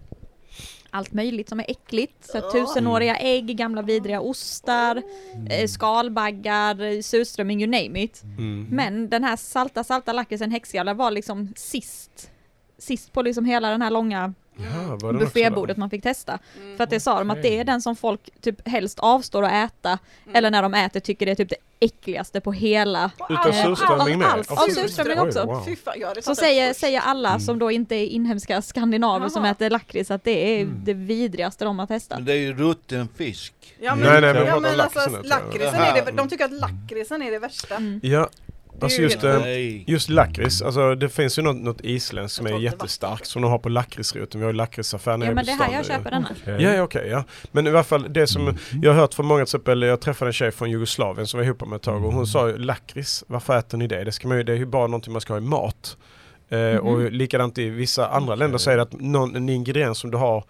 S3: allt möjligt som är äckligt. Så här, tusenåriga ägg, gamla vidriga ostar, eh, skalbaggar, eh, surströmming, you name it.
S4: Mm.
S3: Men den här salta, salta lakritsen häxjävlar var liksom sist. Sist på liksom hela den här långa
S4: Ja, var den också
S3: buffébordet man fick testa. För att det sa de att det är den som folk typ helst avstår att äta eller när de äter tycker det är typ det äckligaste på hela.
S1: Och
S4: där?
S1: all-
S4: Utan
S3: Eh,
S4: surströmming med?
S3: allt- allt surströmming
S4: Oj,
S3: också.
S4: wow.
S1: Fy fan, jag hade
S3: Så
S1: tagit den
S3: säger,
S1: först.
S3: säger alla
S4: Mm.
S3: som då inte är inhemska skandinaver som
S1: Jaha.
S3: äter lakrits att det är
S4: Mm.
S3: det vidrigaste de har testat.
S5: Men det är ju rutten fisk.
S1: Ja men,
S4: Nej, nej, men
S1: ja,
S4: vad
S1: men
S4: var
S1: alltså,
S4: lakritsen heter?
S3: Mm.
S1: lakritsen är det, de tycker att lakritsen är det värsta.
S4: Ja,
S1: Det är
S4: Alltså
S1: ju
S4: just,
S1: helt-
S4: eh,
S5: Nej.
S4: Just lakrits, alltså det finns ju något, något isländskt som
S1: Jag
S4: är
S1: tar inte
S4: jättestarkt som de har på lakritsroten. Vi har ju lakritsaffär nere
S3: Ja men det
S4: på
S3: är här
S4: stan
S3: jag
S4: ju.
S3: köper denna.
S2: Okej.
S4: Ja, ja okej, ja. Men i alla fall det som jag har hört från många, till exempel jag träffade en tjej från Jugoslavien som var ihop med ett tag och hon sa ju lakrits, varför äter ni det? Det, ska man ju, det är ju bara någonting man ska ha i mat. Eh, Och likadant i vissa andra länder så är det att någon, en ingrediens som du har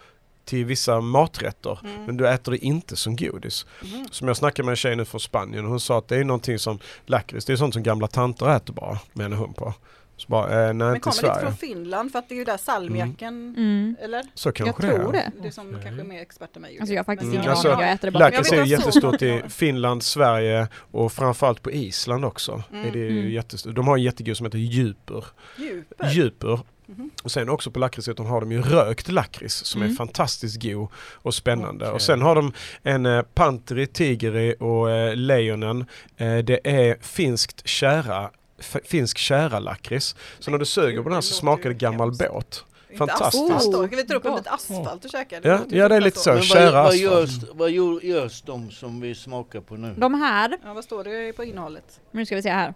S4: till vissa maträtter
S1: Mm.
S4: men du äter det inte som godis. Som jag snackade med en tjej nu från Spanien och hon sa att det är någonting som lakrits, det är sånt som gamla tanter äter bara, menar hon på. Så bara, eh, nej
S1: Men
S4: inte i
S1: kommer lite
S4: Sverige.
S1: från Finland för att det är ju där salmiaken,
S3: Mm.
S1: eller?
S4: Så
S3: Jag
S4: kanske det är.
S3: tror det.
S1: Du som kanske är mer expert än mig. Julia.
S3: Alltså jag har faktiskt
S1: Men-
S3: ingen
S4: Mm, alltså,
S3: aning, jag äter det bara.
S4: Lakrits
S1: Jag
S4: är
S1: vet
S4: ju
S1: att så-
S4: jättestort i Finland, Sverige och framförallt på Island också.
S1: Mm.
S4: Är det ju
S3: Mm.
S4: jättestort. De har en jättegod som heter djupur.
S1: Djupet.
S4: djupur.
S1: Mhm.
S4: Och sen också på lakritsrätten har de ju rökt lakrits som är
S3: Mm.
S4: fantastiskt god och spännande.
S2: Okej.
S4: Och sen har de en eh, panteri, tigeri och eh, lejonen. Eh, det är finskt kära f- finsk tjäralakrits. Så när du suger på den här så
S1: Det låter
S4: smakar det
S1: ju
S4: gammal
S1: hemskt.
S4: båt.
S1: Inte
S4: fantastiskt.
S1: asfalt då, kan vi dra upp en
S3: Gott.
S1: bit asfalt och käka?
S4: Ja,
S1: låter ju
S4: ja, det är
S1: fruktansvärt
S4: lite så.
S1: gott.
S5: Men vad,
S4: kära alltså.
S5: vad,
S4: asfalt.
S5: görs, vad gör- görs de som vi smakar på nu?
S3: De här
S1: Ja, vad står det på innehållet?
S3: Men nu ska vi se här.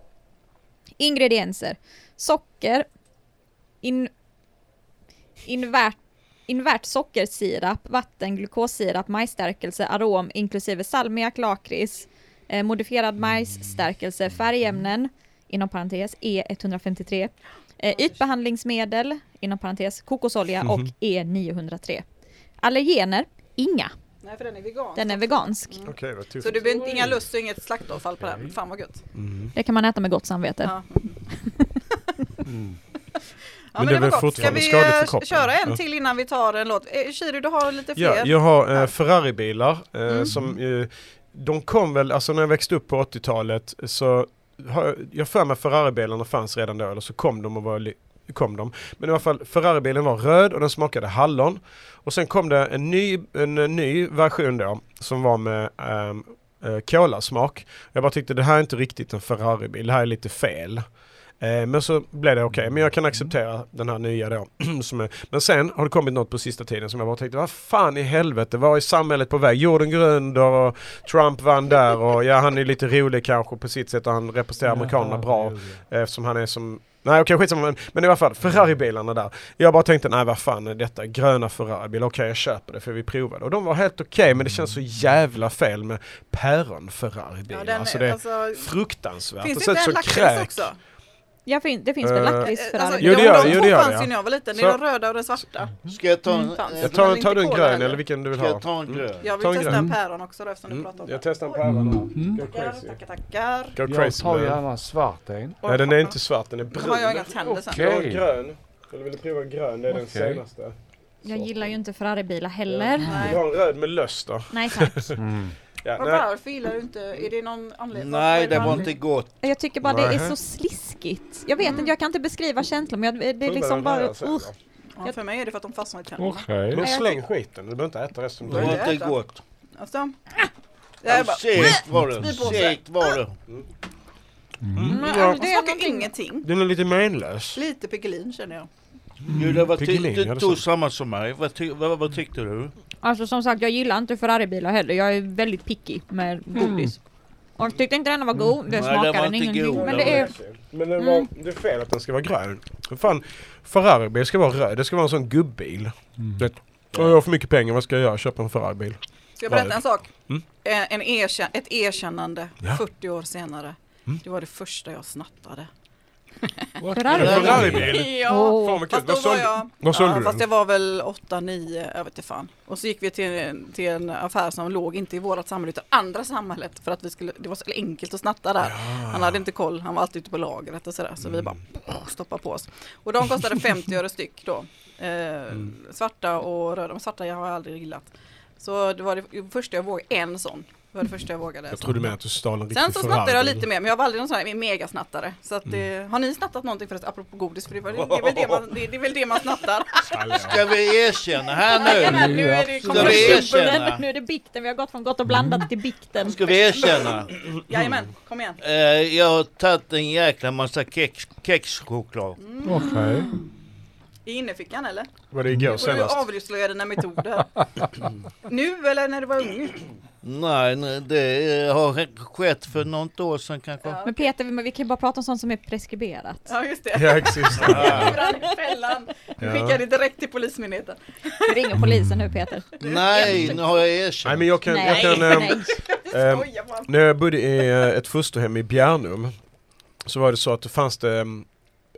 S3: Ingredienser. Socker. In, invert, invert sockersirap, vatten, glukossirap, majsstärkelse, arom inklusive salmiak, lakrits, eh, modifierad majsstärkelse, färgämnen, inom parentes E E153, eh, ytbehandlingsmedel, inom parentes kokosolja och
S4: Mhm.
S3: E903. Allergener, inga.
S1: Nej, för den är vegan.
S3: Den är vegansk.
S4: Okej, vad tufft.
S1: Så du behöver inga lust och inget slaktavfall på den. Fan vad gött.
S4: Mm.
S3: Det kan man äta med gott samvete.
S1: Ja.
S4: Mm.
S1: Ja,
S4: Men
S1: men,
S4: det är
S1: det var
S4: väl
S1: gott. Ska
S4: fortfarande
S1: vi
S4: skadligt för
S1: eh,
S4: kroppen?
S1: köra en
S4: Ja.
S1: till innan vi tar en låt? Eh, Shiro, du har lite fler? Mm.
S4: Ja, jag har eh, Ferraribilar eh, som eh, de kom väl, alltså när jag växte upp på 80-talet så har jag- jag för mig Ferraribilarna fanns redan då eller så kom de och var li- kom de. Men i alla fall Ferraribilen var röd och den smakade hallon. Och sen kom det en ny, en, eh, ny version då som var med ehm, eh, kolasmak. Jag bara tyckte det här är inte riktigt en Ferraribil, det här är lite fel. Eh, men så blev det okej, men jag kan acceptera den här nya då. *clears throat* som är, men sen har det kommit något på sista tiden som jag bara tänkte, vad fan i helvete, vad är samhället på väg? Jorden går under och Trump vann där och ja, han är lite rolig kanske på sitt sätt och han representerar amerikanerna bra. Eh, Eftersom han är som Nej okej skitsamma men, men i alla fall Ferraribilarna där. Jag bara tänkte nej vad fan är detta gröna Ferraribilar, okej jag köper det för vi provade. Och de var helt okej men det känns så jävla fel med päron Ferraribilar.
S1: Ja, den,
S4: alltså det är
S1: alltså,
S4: fruktansvärt.
S1: finns
S4: Och
S1: det
S4: sen
S1: inte
S4: så
S1: en lakrits
S4: kräks-
S1: också?
S3: Ja, fin- det finns väl
S4: Eh,
S3: lakrits för
S1: Eh, alltså,
S3: alla.
S4: Jo, det gör
S1: de,
S4: det,
S1: de
S4: jo,
S1: två
S4: det gör det,
S1: fanns
S4: ja.
S1: ju när jag var liten. Det
S4: Så-
S1: är den röda och den svarta.
S5: Ska jag ta en,
S1: Mm, fan.
S5: eh,
S4: Jag
S1: Men
S4: tar,
S1: inte
S4: tar du en
S1: kola
S4: grön
S1: heller.
S4: eller vilken du vill
S5: ska jag
S4: ha?
S5: ta en grön?
S1: Jag vill
S4: Ta en
S1: testa
S4: grön.
S1: en päron också då, eftersom du
S4: Mm,
S1: pratar om
S4: jag
S1: det.
S4: testar en päron här.
S2: Mm.
S4: Go
S1: Tackar,
S4: crazy.
S1: tackar, tackar.
S4: Go
S2: Jag
S4: crazy
S2: tar
S4: man.
S2: gärna svart en.
S4: Nej den är inte svart, den är
S1: Då
S4: brun.
S1: har jag inga tänder sen.
S2: Okej.
S4: Jag har grön. Eller vill du prova grön? Det är den
S2: Okej.
S4: senaste.
S3: Jag
S4: Så.
S3: gillar ju inte Ferraribilar
S1: Nej.
S3: heller.
S4: Vill du ha en röd med löss då?
S3: Nej tack.
S4: Ja,
S1: Men
S4: nej.
S1: varför gillar du inte? Är det någon anledning?
S5: Nej, det
S1: Varför är
S5: var inte gott.
S3: Jag tycker bara det
S4: Nej.
S3: är så sliskigt. Jag vet inte, jag kan inte beskriva känslan men jag, det är
S4: Prova
S3: liksom
S4: den här alltså.
S3: bara...
S4: sen då.
S3: Uh,
S1: Ja, för mig är det för att de fastnar i tänderna.
S2: Okej.
S4: Men släng skiten, du behöver inte äta resten.
S5: Det
S4: av
S1: Nej.
S4: dagen.
S5: var inte
S1: äta.
S5: gott.
S1: Alltså, jag är
S5: Ja,
S1: bara,
S5: Segt var det.
S1: Spy på sig.
S5: Segt var det.
S3: men
S4: Ja.
S1: Mm, det
S3: det är
S1: smakar
S3: någonting.
S1: ingenting.
S4: Den är lite menlös.
S1: Lite pigelin känner jag.
S5: Jo, det var ty-
S4: Pigelin, ja,
S5: du
S4: det
S5: tog
S4: sa
S5: samma som mig. Vad, ty- vad, vad tyckte du?
S3: Alltså som sagt, jag gillar inte Ferraribilar heller. Jag är väldigt picky med godis. Och jag tyckte inte denna var god, det
S5: Nej,
S3: smakade
S5: den var
S3: den
S5: inte
S3: ingenting.
S5: god.
S3: Men
S5: Den
S3: det är...
S4: Men
S1: Mm.
S4: det, var, det är fel att den ska vara grön. För Fan, Ferraribil ska vara röd. Det ska vara en sån gubbil. Mm. Jag har för mycket pengar, vad ska jag göra? Köpa en Ferraribil.
S1: Ska jag berätta
S4: Vad?
S1: en sak?
S4: Mm.
S1: Eh, En erkä- ett erkännande
S4: Ja. Mm.
S1: 40 år senare. Det var det första jag snattade.
S3: Ferrari. Åh.
S4: Fan vad kul.
S1: Fast då
S4: Vad
S1: var
S4: sålde
S1: jag,
S4: vad sålde
S1: ja,
S4: du
S1: fast jag
S4: den?
S1: var väl 8-9, jag vet inte fan. Och så gick vi till, en- till en affär som låg inte i vårat samhälle utan andra samhället för att vi skulle, det var så enkelt att snatta där.
S4: Ah.
S1: Han hade inte koll, han var alltid ute på lagret och sådär så
S4: Mm.
S1: vi bara pff, stoppade på oss. Och de
S4: *laughs*
S1: kostade 50 öre styck då. Eh,
S4: Mm.
S1: svarta och röda, men svarta jag har jag aldrig gillat. Så det var det första jag vågade, en sån. Det var det första jag vågade.
S4: Jag trodde med att du stal en riktig
S1: Sen så snattade jag
S4: Ferrari.
S1: lite mer, men jag var aldrig någon sån här megasnattare. Så att,
S4: Mm.
S1: eh, har ni snattat någonting förresten, apropå godis? För det, var, det, är väl det, man, det, det är väl det man
S4: *laughs*
S1: snattar?
S5: Ska vi erkänna här nu?
S1: Jajamän, nu är det
S5: Ska vi
S1: konfrontation.
S5: erkänna?
S3: Nu är det bikten, vi har gått från gott och blandat till bikten.
S5: Ska vi erkänna?
S1: Jajamän, kom igen.
S5: Eh, jag har tagit en jäkla massa kex, kexchoklad.
S2: Okej.
S1: I innerfickan eller?
S4: Var det igår
S1: Nu får du
S4: senast? *laughs*
S1: avslöja dina metoder. nu eller när du var ung?
S5: Nej, nej, det har skett för något år sedan kanske.
S1: Ja.
S3: Men Peter, vi, men vi kan ju bara prata om sånt som är preskriberat.
S1: Ja, just det.
S4: Ja, precis.
S1: Vi brann i fällan. Vi skickade direkt till Polismyndigheten.
S3: Vi ringer polisen nu Peter.
S5: Nej, nu har jag erkänt.
S4: Nej men jag kan, jag
S3: nej,
S4: kan ehm,
S3: nej.
S4: Ehm,
S1: Skojar man.
S4: När jag bodde i eh, ett fosterhem i Bjärnum så var det så att det fanns det mm,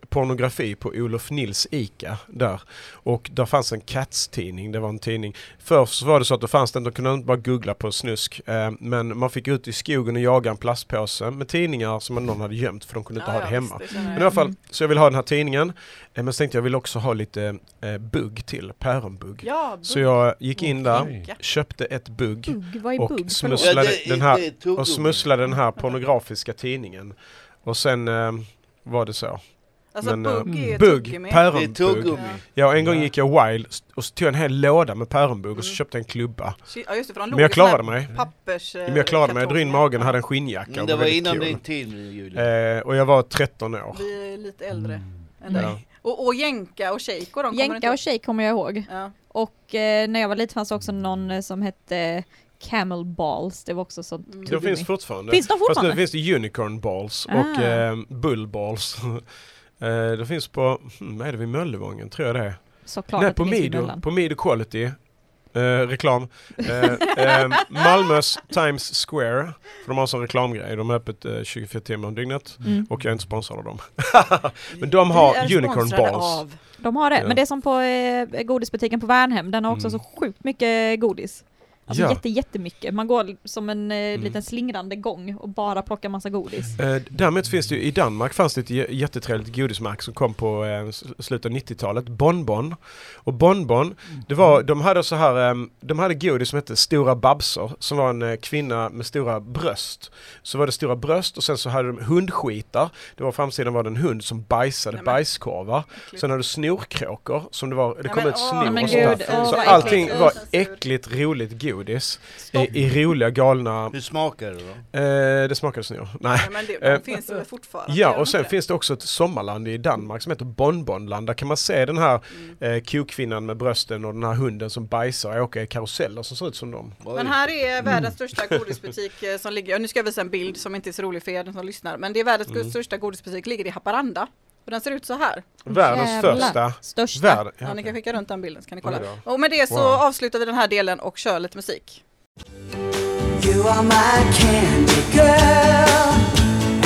S4: pornografi på Olof Nils ICA där. Och där fanns en Cats-tidning, det var en tidning. Först så var det så att det fanns den, då kunde man inte bara googla på snusk. Eh, Men man fick gå ut i skogen och jaga en plastpåse med tidningar som någon hade gömt för de kunde inte ha det hemma. Men i alla fall, så jag vill ha den här tidningen. Eh, Men så tänkte jag vill också ha lite eh, bugg till, päronbugg.
S1: Ja,
S4: Så jag gick in där,
S2: Okej.
S4: köpte ett bugg
S3: Bugg, vad är
S4: och
S3: bugg?
S4: smuts-
S3: Förlåt.
S5: Ja,
S4: smusslade den här-
S5: är tuggummi.
S4: och smusslade den här pornografiska tidningen. Och sen eh, var det så.
S1: alltså
S4: Men,
S1: bugg är ju
S2: eh,
S1: ett
S4: Bugg,
S1: tuggummi.
S5: Det är
S4: päronbugg.
S5: tuggummi.
S4: Ja, en gång gick jag wild s- och så tog jag en hel låda med päronbugg och så
S1: Mm.
S4: köpte jag en klubba.
S1: Shit, Ja, just det, för de
S4: Men
S1: låg
S4: jag
S1: i såna här
S4: klarade mig.
S1: Pappers... eh,
S4: Men jag klarade mig, jag drog in
S1: kartonger.
S4: magen, hade en skinnjacka
S5: Men
S4: och
S5: Mm, det
S4: var
S5: var
S4: väldigt
S5: innan
S4: cool.
S5: din tid Julia.
S4: Eh, och jag var 13 år.
S1: Vi är lite äldre än dig.
S4: Mm. Ja.
S1: Och, och jänka och shake och de kommer inte
S3: Jänka och tjej kommer jag ihåg.
S1: Ja.
S3: Och eh, när jag var liten fanns det också någon eh, som hette Camel Balls. Det var också sånt
S1: Mm.
S4: De
S3: tuggummi.
S4: finns fortfarande.
S3: Finns de
S4: Fast nu
S3: fortfarande?
S4: finns det unicorn balls och
S3: Ah.
S4: eh, bull balls. *laughs* eh, det finns på, hmm, är det vid Möllevången tror jag det är.
S3: Såklart
S4: Nej,
S3: att det
S4: på
S3: finns
S4: Mido,
S3: emellan.
S4: på Mido Quality. Eh, reklam. Eh, eh, Malmös Times Square. För de har en sån reklamgrej. De är öppet eh, 24 timmar om dygnet.
S3: Mm.
S4: Och jag är inte sponsrad av dem. *laughs* Men de har
S1: Vi är
S4: unicorn
S1: sponsrade
S4: balls.
S1: av-
S3: De har det,
S4: Ja.
S3: men det är som på eh, godisbutiken på Värnhem. Den har också
S4: Mm.
S3: så sjukt mycket eh, godis. Alltså
S4: Ja.
S3: jätte, jättemycket. Man går som en eh,
S4: Mm.
S3: liten slingrande gång och bara plockar massa godis.
S4: Eh, därmed finns det ju, i Danmark fanns det ett j- jättetrevligt godismärke som kom på eh, s- slutet av 90-talet, Bonbon. Och Bonbon, det var, de hade så här, eh, de hade godis som hette Stora Babsor, som var en eh, kvinna med stora bröst. Så var det stora bröst och sen så hade de hundskitar. Det var framsidan var det en hund som bajsade
S1: Nej, men.
S4: bajskorvar.
S1: Äckligt.
S4: Sen hade du snorkråkor som det var, det
S1: Nej,
S4: kom
S1: men
S4: ut
S1: åh,
S4: snor
S3: men
S4: och sånt
S3: gud,
S4: där.
S3: åh,
S4: Så
S3: vad äckligt.
S4: allting var
S1: Åh, censur.
S4: äckligt roligt godis i, i roliga galna,
S5: Hur smakar det då?
S4: eh, det smakade snor. Nej.
S1: Nej, men det,
S4: Eh,
S1: de finns väl fortfarande. gör
S4: Ja,
S1: de
S4: och sen
S1: inte det?
S4: finns det också ett sommarland i Danmark som heter Bonbonland. Där kan man se den här
S1: Mm.
S4: eh, kokvinnan med brösten och den här hunden som bajsar och åker i karuseller som ser ut som dem.
S5: Oj.
S1: Men här
S4: Mm.
S1: är världens största godisbutik eh, som ligger, ja, nu ska jag visa en bild som inte är så rolig för er den som lyssnar, men det är världens
S4: Mm.
S1: största godisbutik, ligger i Haparanda. Och den ser ut så här.
S4: Världens
S3: Jävlar.
S4: första.
S3: Största.
S4: Värld.
S1: Ja, ni kan skicka runt den bilden så kan ni kolla.
S4: Oj då.
S1: Och med det så
S4: Wow.
S1: avslutar vi den här delen och kör lite musik.
S7: You are my candy girl,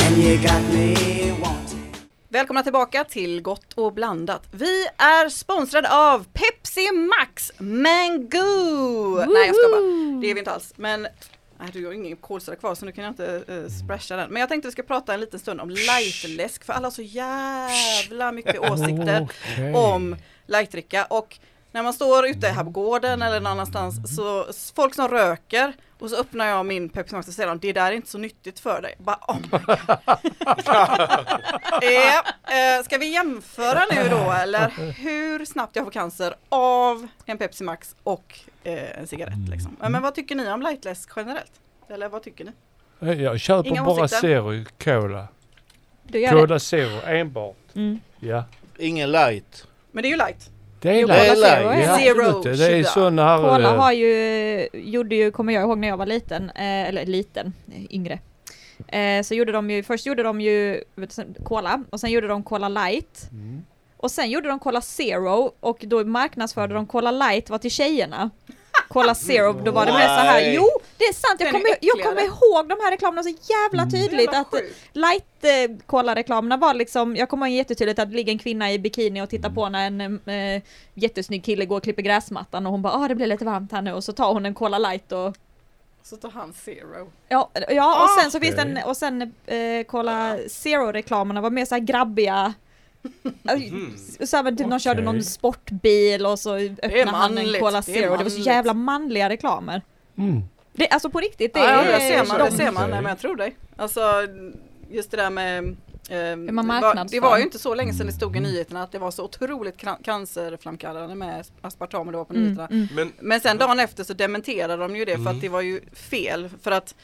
S7: and you got me wanting.
S1: Välkomna tillbaka till Gott och blandat. Vi är sponsrade av Pepsi Max Mango! Nej jag skojar bara, det är vi inte alls. Men nej, du har ingen kolsyra kvar så nu kan jag inte uh, splasha den. Men jag tänkte vi ska prata en liten stund om lightläsk för alla har så jävla mycket åsikter
S2: Okej.
S1: om lightdricka och när man står ute här på gården eller någon annanstans så s- folk som röker och så öppnar jag min Pepsi Max och säger de, det där är inte så nyttigt för dig. Bara, oh my God. eh, eh, ska vi jämföra nu då eller hur snabbt jag får cancer av en Pepsi Max och eh, en cigarett liksom. Eh, Men vad tycker ni om lightläsk generellt? Eller vad tycker ni?
S2: Nej, Jag köper
S1: Inga
S2: bara
S1: åsikter.
S2: Zero Cola.
S3: Du gör det.
S2: Cola Zero enbart.
S3: Mm.
S2: Ja.
S5: Ingen light.
S1: Men det är ju light.
S2: Det är
S3: Jo,
S2: light.
S5: Cola Zero
S3: är
S2: Ja,
S3: light.
S1: Zero
S2: absolut. Det är
S1: sugar.
S2: sån här...
S3: Cola
S2: eh,
S3: har ju, gjorde ju, kommer jag ihåg när jag var liten, eh, eller liten, eh, yngre. Eh, så gjorde de ju, först gjorde de ju vet du, Cola och sen gjorde de Cola light.
S2: Mm.
S3: Och sen gjorde de Cola zero och då marknadsförde de Cola light var till tjejerna. Cola zero, då var det mer så här,
S5: Nej.
S3: jo det är sant, jag
S1: Den är
S3: kommer, jag kommer
S1: äckligare. Mm.
S3: ihåg de här reklamerna så jävla tydligt
S1: Jävla
S3: att
S1: sjukt.
S3: light eh, cola-reklamerna var liksom, jag kommer ihåg jättetydligt att det ligger en kvinna i bikini och tittar
S1: Mm.
S3: på när en eh, jättesnygg kille går och klipper gräsmattan och hon bara ah det blir lite varmt här nu och så tar hon en cola light och
S1: Så tar han zero.
S3: Ja, ja
S1: Ah!
S3: och sen så
S4: Okej.
S3: finns den, och sen eh, cola zero-reklamerna var mer såhär grabbiga Så här, men typ någon körde någon
S2: Okej.
S3: sportbil och så
S1: Mhm. är
S3: öppnade han en
S1: manligt,
S3: Cola
S1: det är
S3: Zero. Det var så
S1: manligt.
S3: jävla manliga reklamer.
S2: Mm.
S3: Det, alltså på riktigt, det
S1: ja,
S3: är
S1: det ser man, det
S3: de-
S1: ser man. Nej, men jag tror dig. Alltså, just det där med... Hur
S3: man
S1: det, var, det
S3: marknadsför.
S1: var ju inte så länge sedan det stod i nyheterna att det var så otroligt kran- cancerframkallande med aspartam och det var på
S3: Mm,
S1: nyheterna.
S3: mm.
S4: Men
S1: Men sen dagen efter så dementerade de ju det för
S4: Mm.
S1: att det var ju fel. För att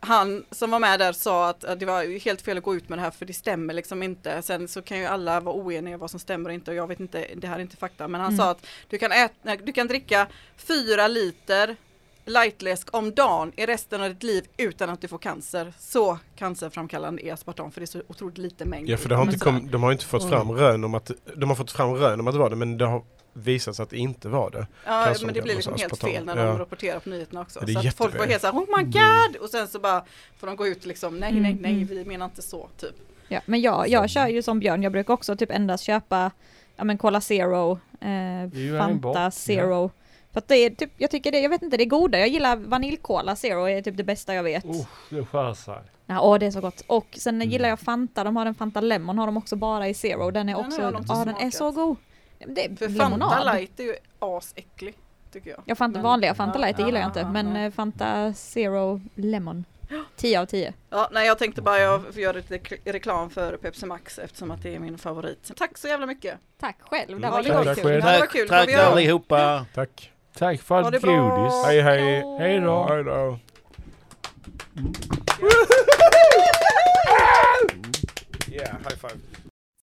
S1: han som var med där sa att att det var ju helt fel att gå ut med det här för det stämmer liksom inte. Sen så kan ju alla vara oeniga vad som stämmer och inte och jag vet inte, det här är inte fakta. Men han
S3: Mm.
S1: sa att du kan, äta, du kan dricka fyra liter lightläsk om dagen i resten av ditt liv utan att du får cancer. Så cancerframkallande är aspartam för det är så otroligt lite mängd.
S4: Ja, för det har inte
S1: Men så-
S4: kom, de har inte fått fram rön om att, de har fått fram rön om att det var det, men det har visat sig att det inte var det.
S1: Ja,
S4: Cancer
S1: men det blir liksom
S4: mot
S1: helt
S4: aspartam.
S1: fel när
S4: Ja.
S1: de rapporterar på nyheterna också.
S4: Ja, det är Mm.
S1: så att folk var helt
S4: jättebra.
S1: såhär, oh my god! Och sen så bara får de gå ut liksom, nej, nej, nej,
S3: Mm.
S1: vi menar inte så, typ.
S3: Ja, men jag, jag kör ju som Björn, jag brukar också typ endast köpa ja, men Cola Zero,
S2: är ju
S3: eh,
S2: en bra.
S3: Fanta Zero. För att det är typ, jag tycker det, jag vet inte, det är goda. Jag gillar vaniljkola Zero, är typ det bästa jag vet.
S2: Usch, det skär sig.
S3: Ja, åh, det är så gott. Och sen gillar jag Fanta, de har den Fanta Lemon, har de också bara i Zero. Den är
S1: Den
S3: också,
S1: har jag inte
S3: ja den är
S1: smakat.
S3: så god. Det är
S1: För Fanta
S3: lemonad.
S1: light är ju asäcklig, tycker jag.
S3: Ja, Fanta,
S1: Men-
S3: vanliga Fanta Light, det
S1: Ja,
S3: gillar jag
S1: ja,
S3: inte.
S1: ja,
S3: Men
S1: ja.
S3: eh, Fanta Zero Lemon. 10 av 10.
S1: Ja, nej, jag tänkte bara jag gör lite k- reklam för Pepsi Max eftersom att det är min favorit. Tack så jävla mycket!
S3: Tack själv, det
S4: Mm,
S3: var
S1: tack
S3: ju
S2: själv.
S3: kul.
S1: Ja, det var
S5: Tack,
S1: kul. Får
S5: tack
S1: vi göra?
S5: allihopa.
S4: Tack.
S2: Tack för
S1: Ha
S4: Ah,
S2: allt
S1: det bra.
S2: godis.
S4: Hej hej.
S2: Hej då.
S4: Hej då.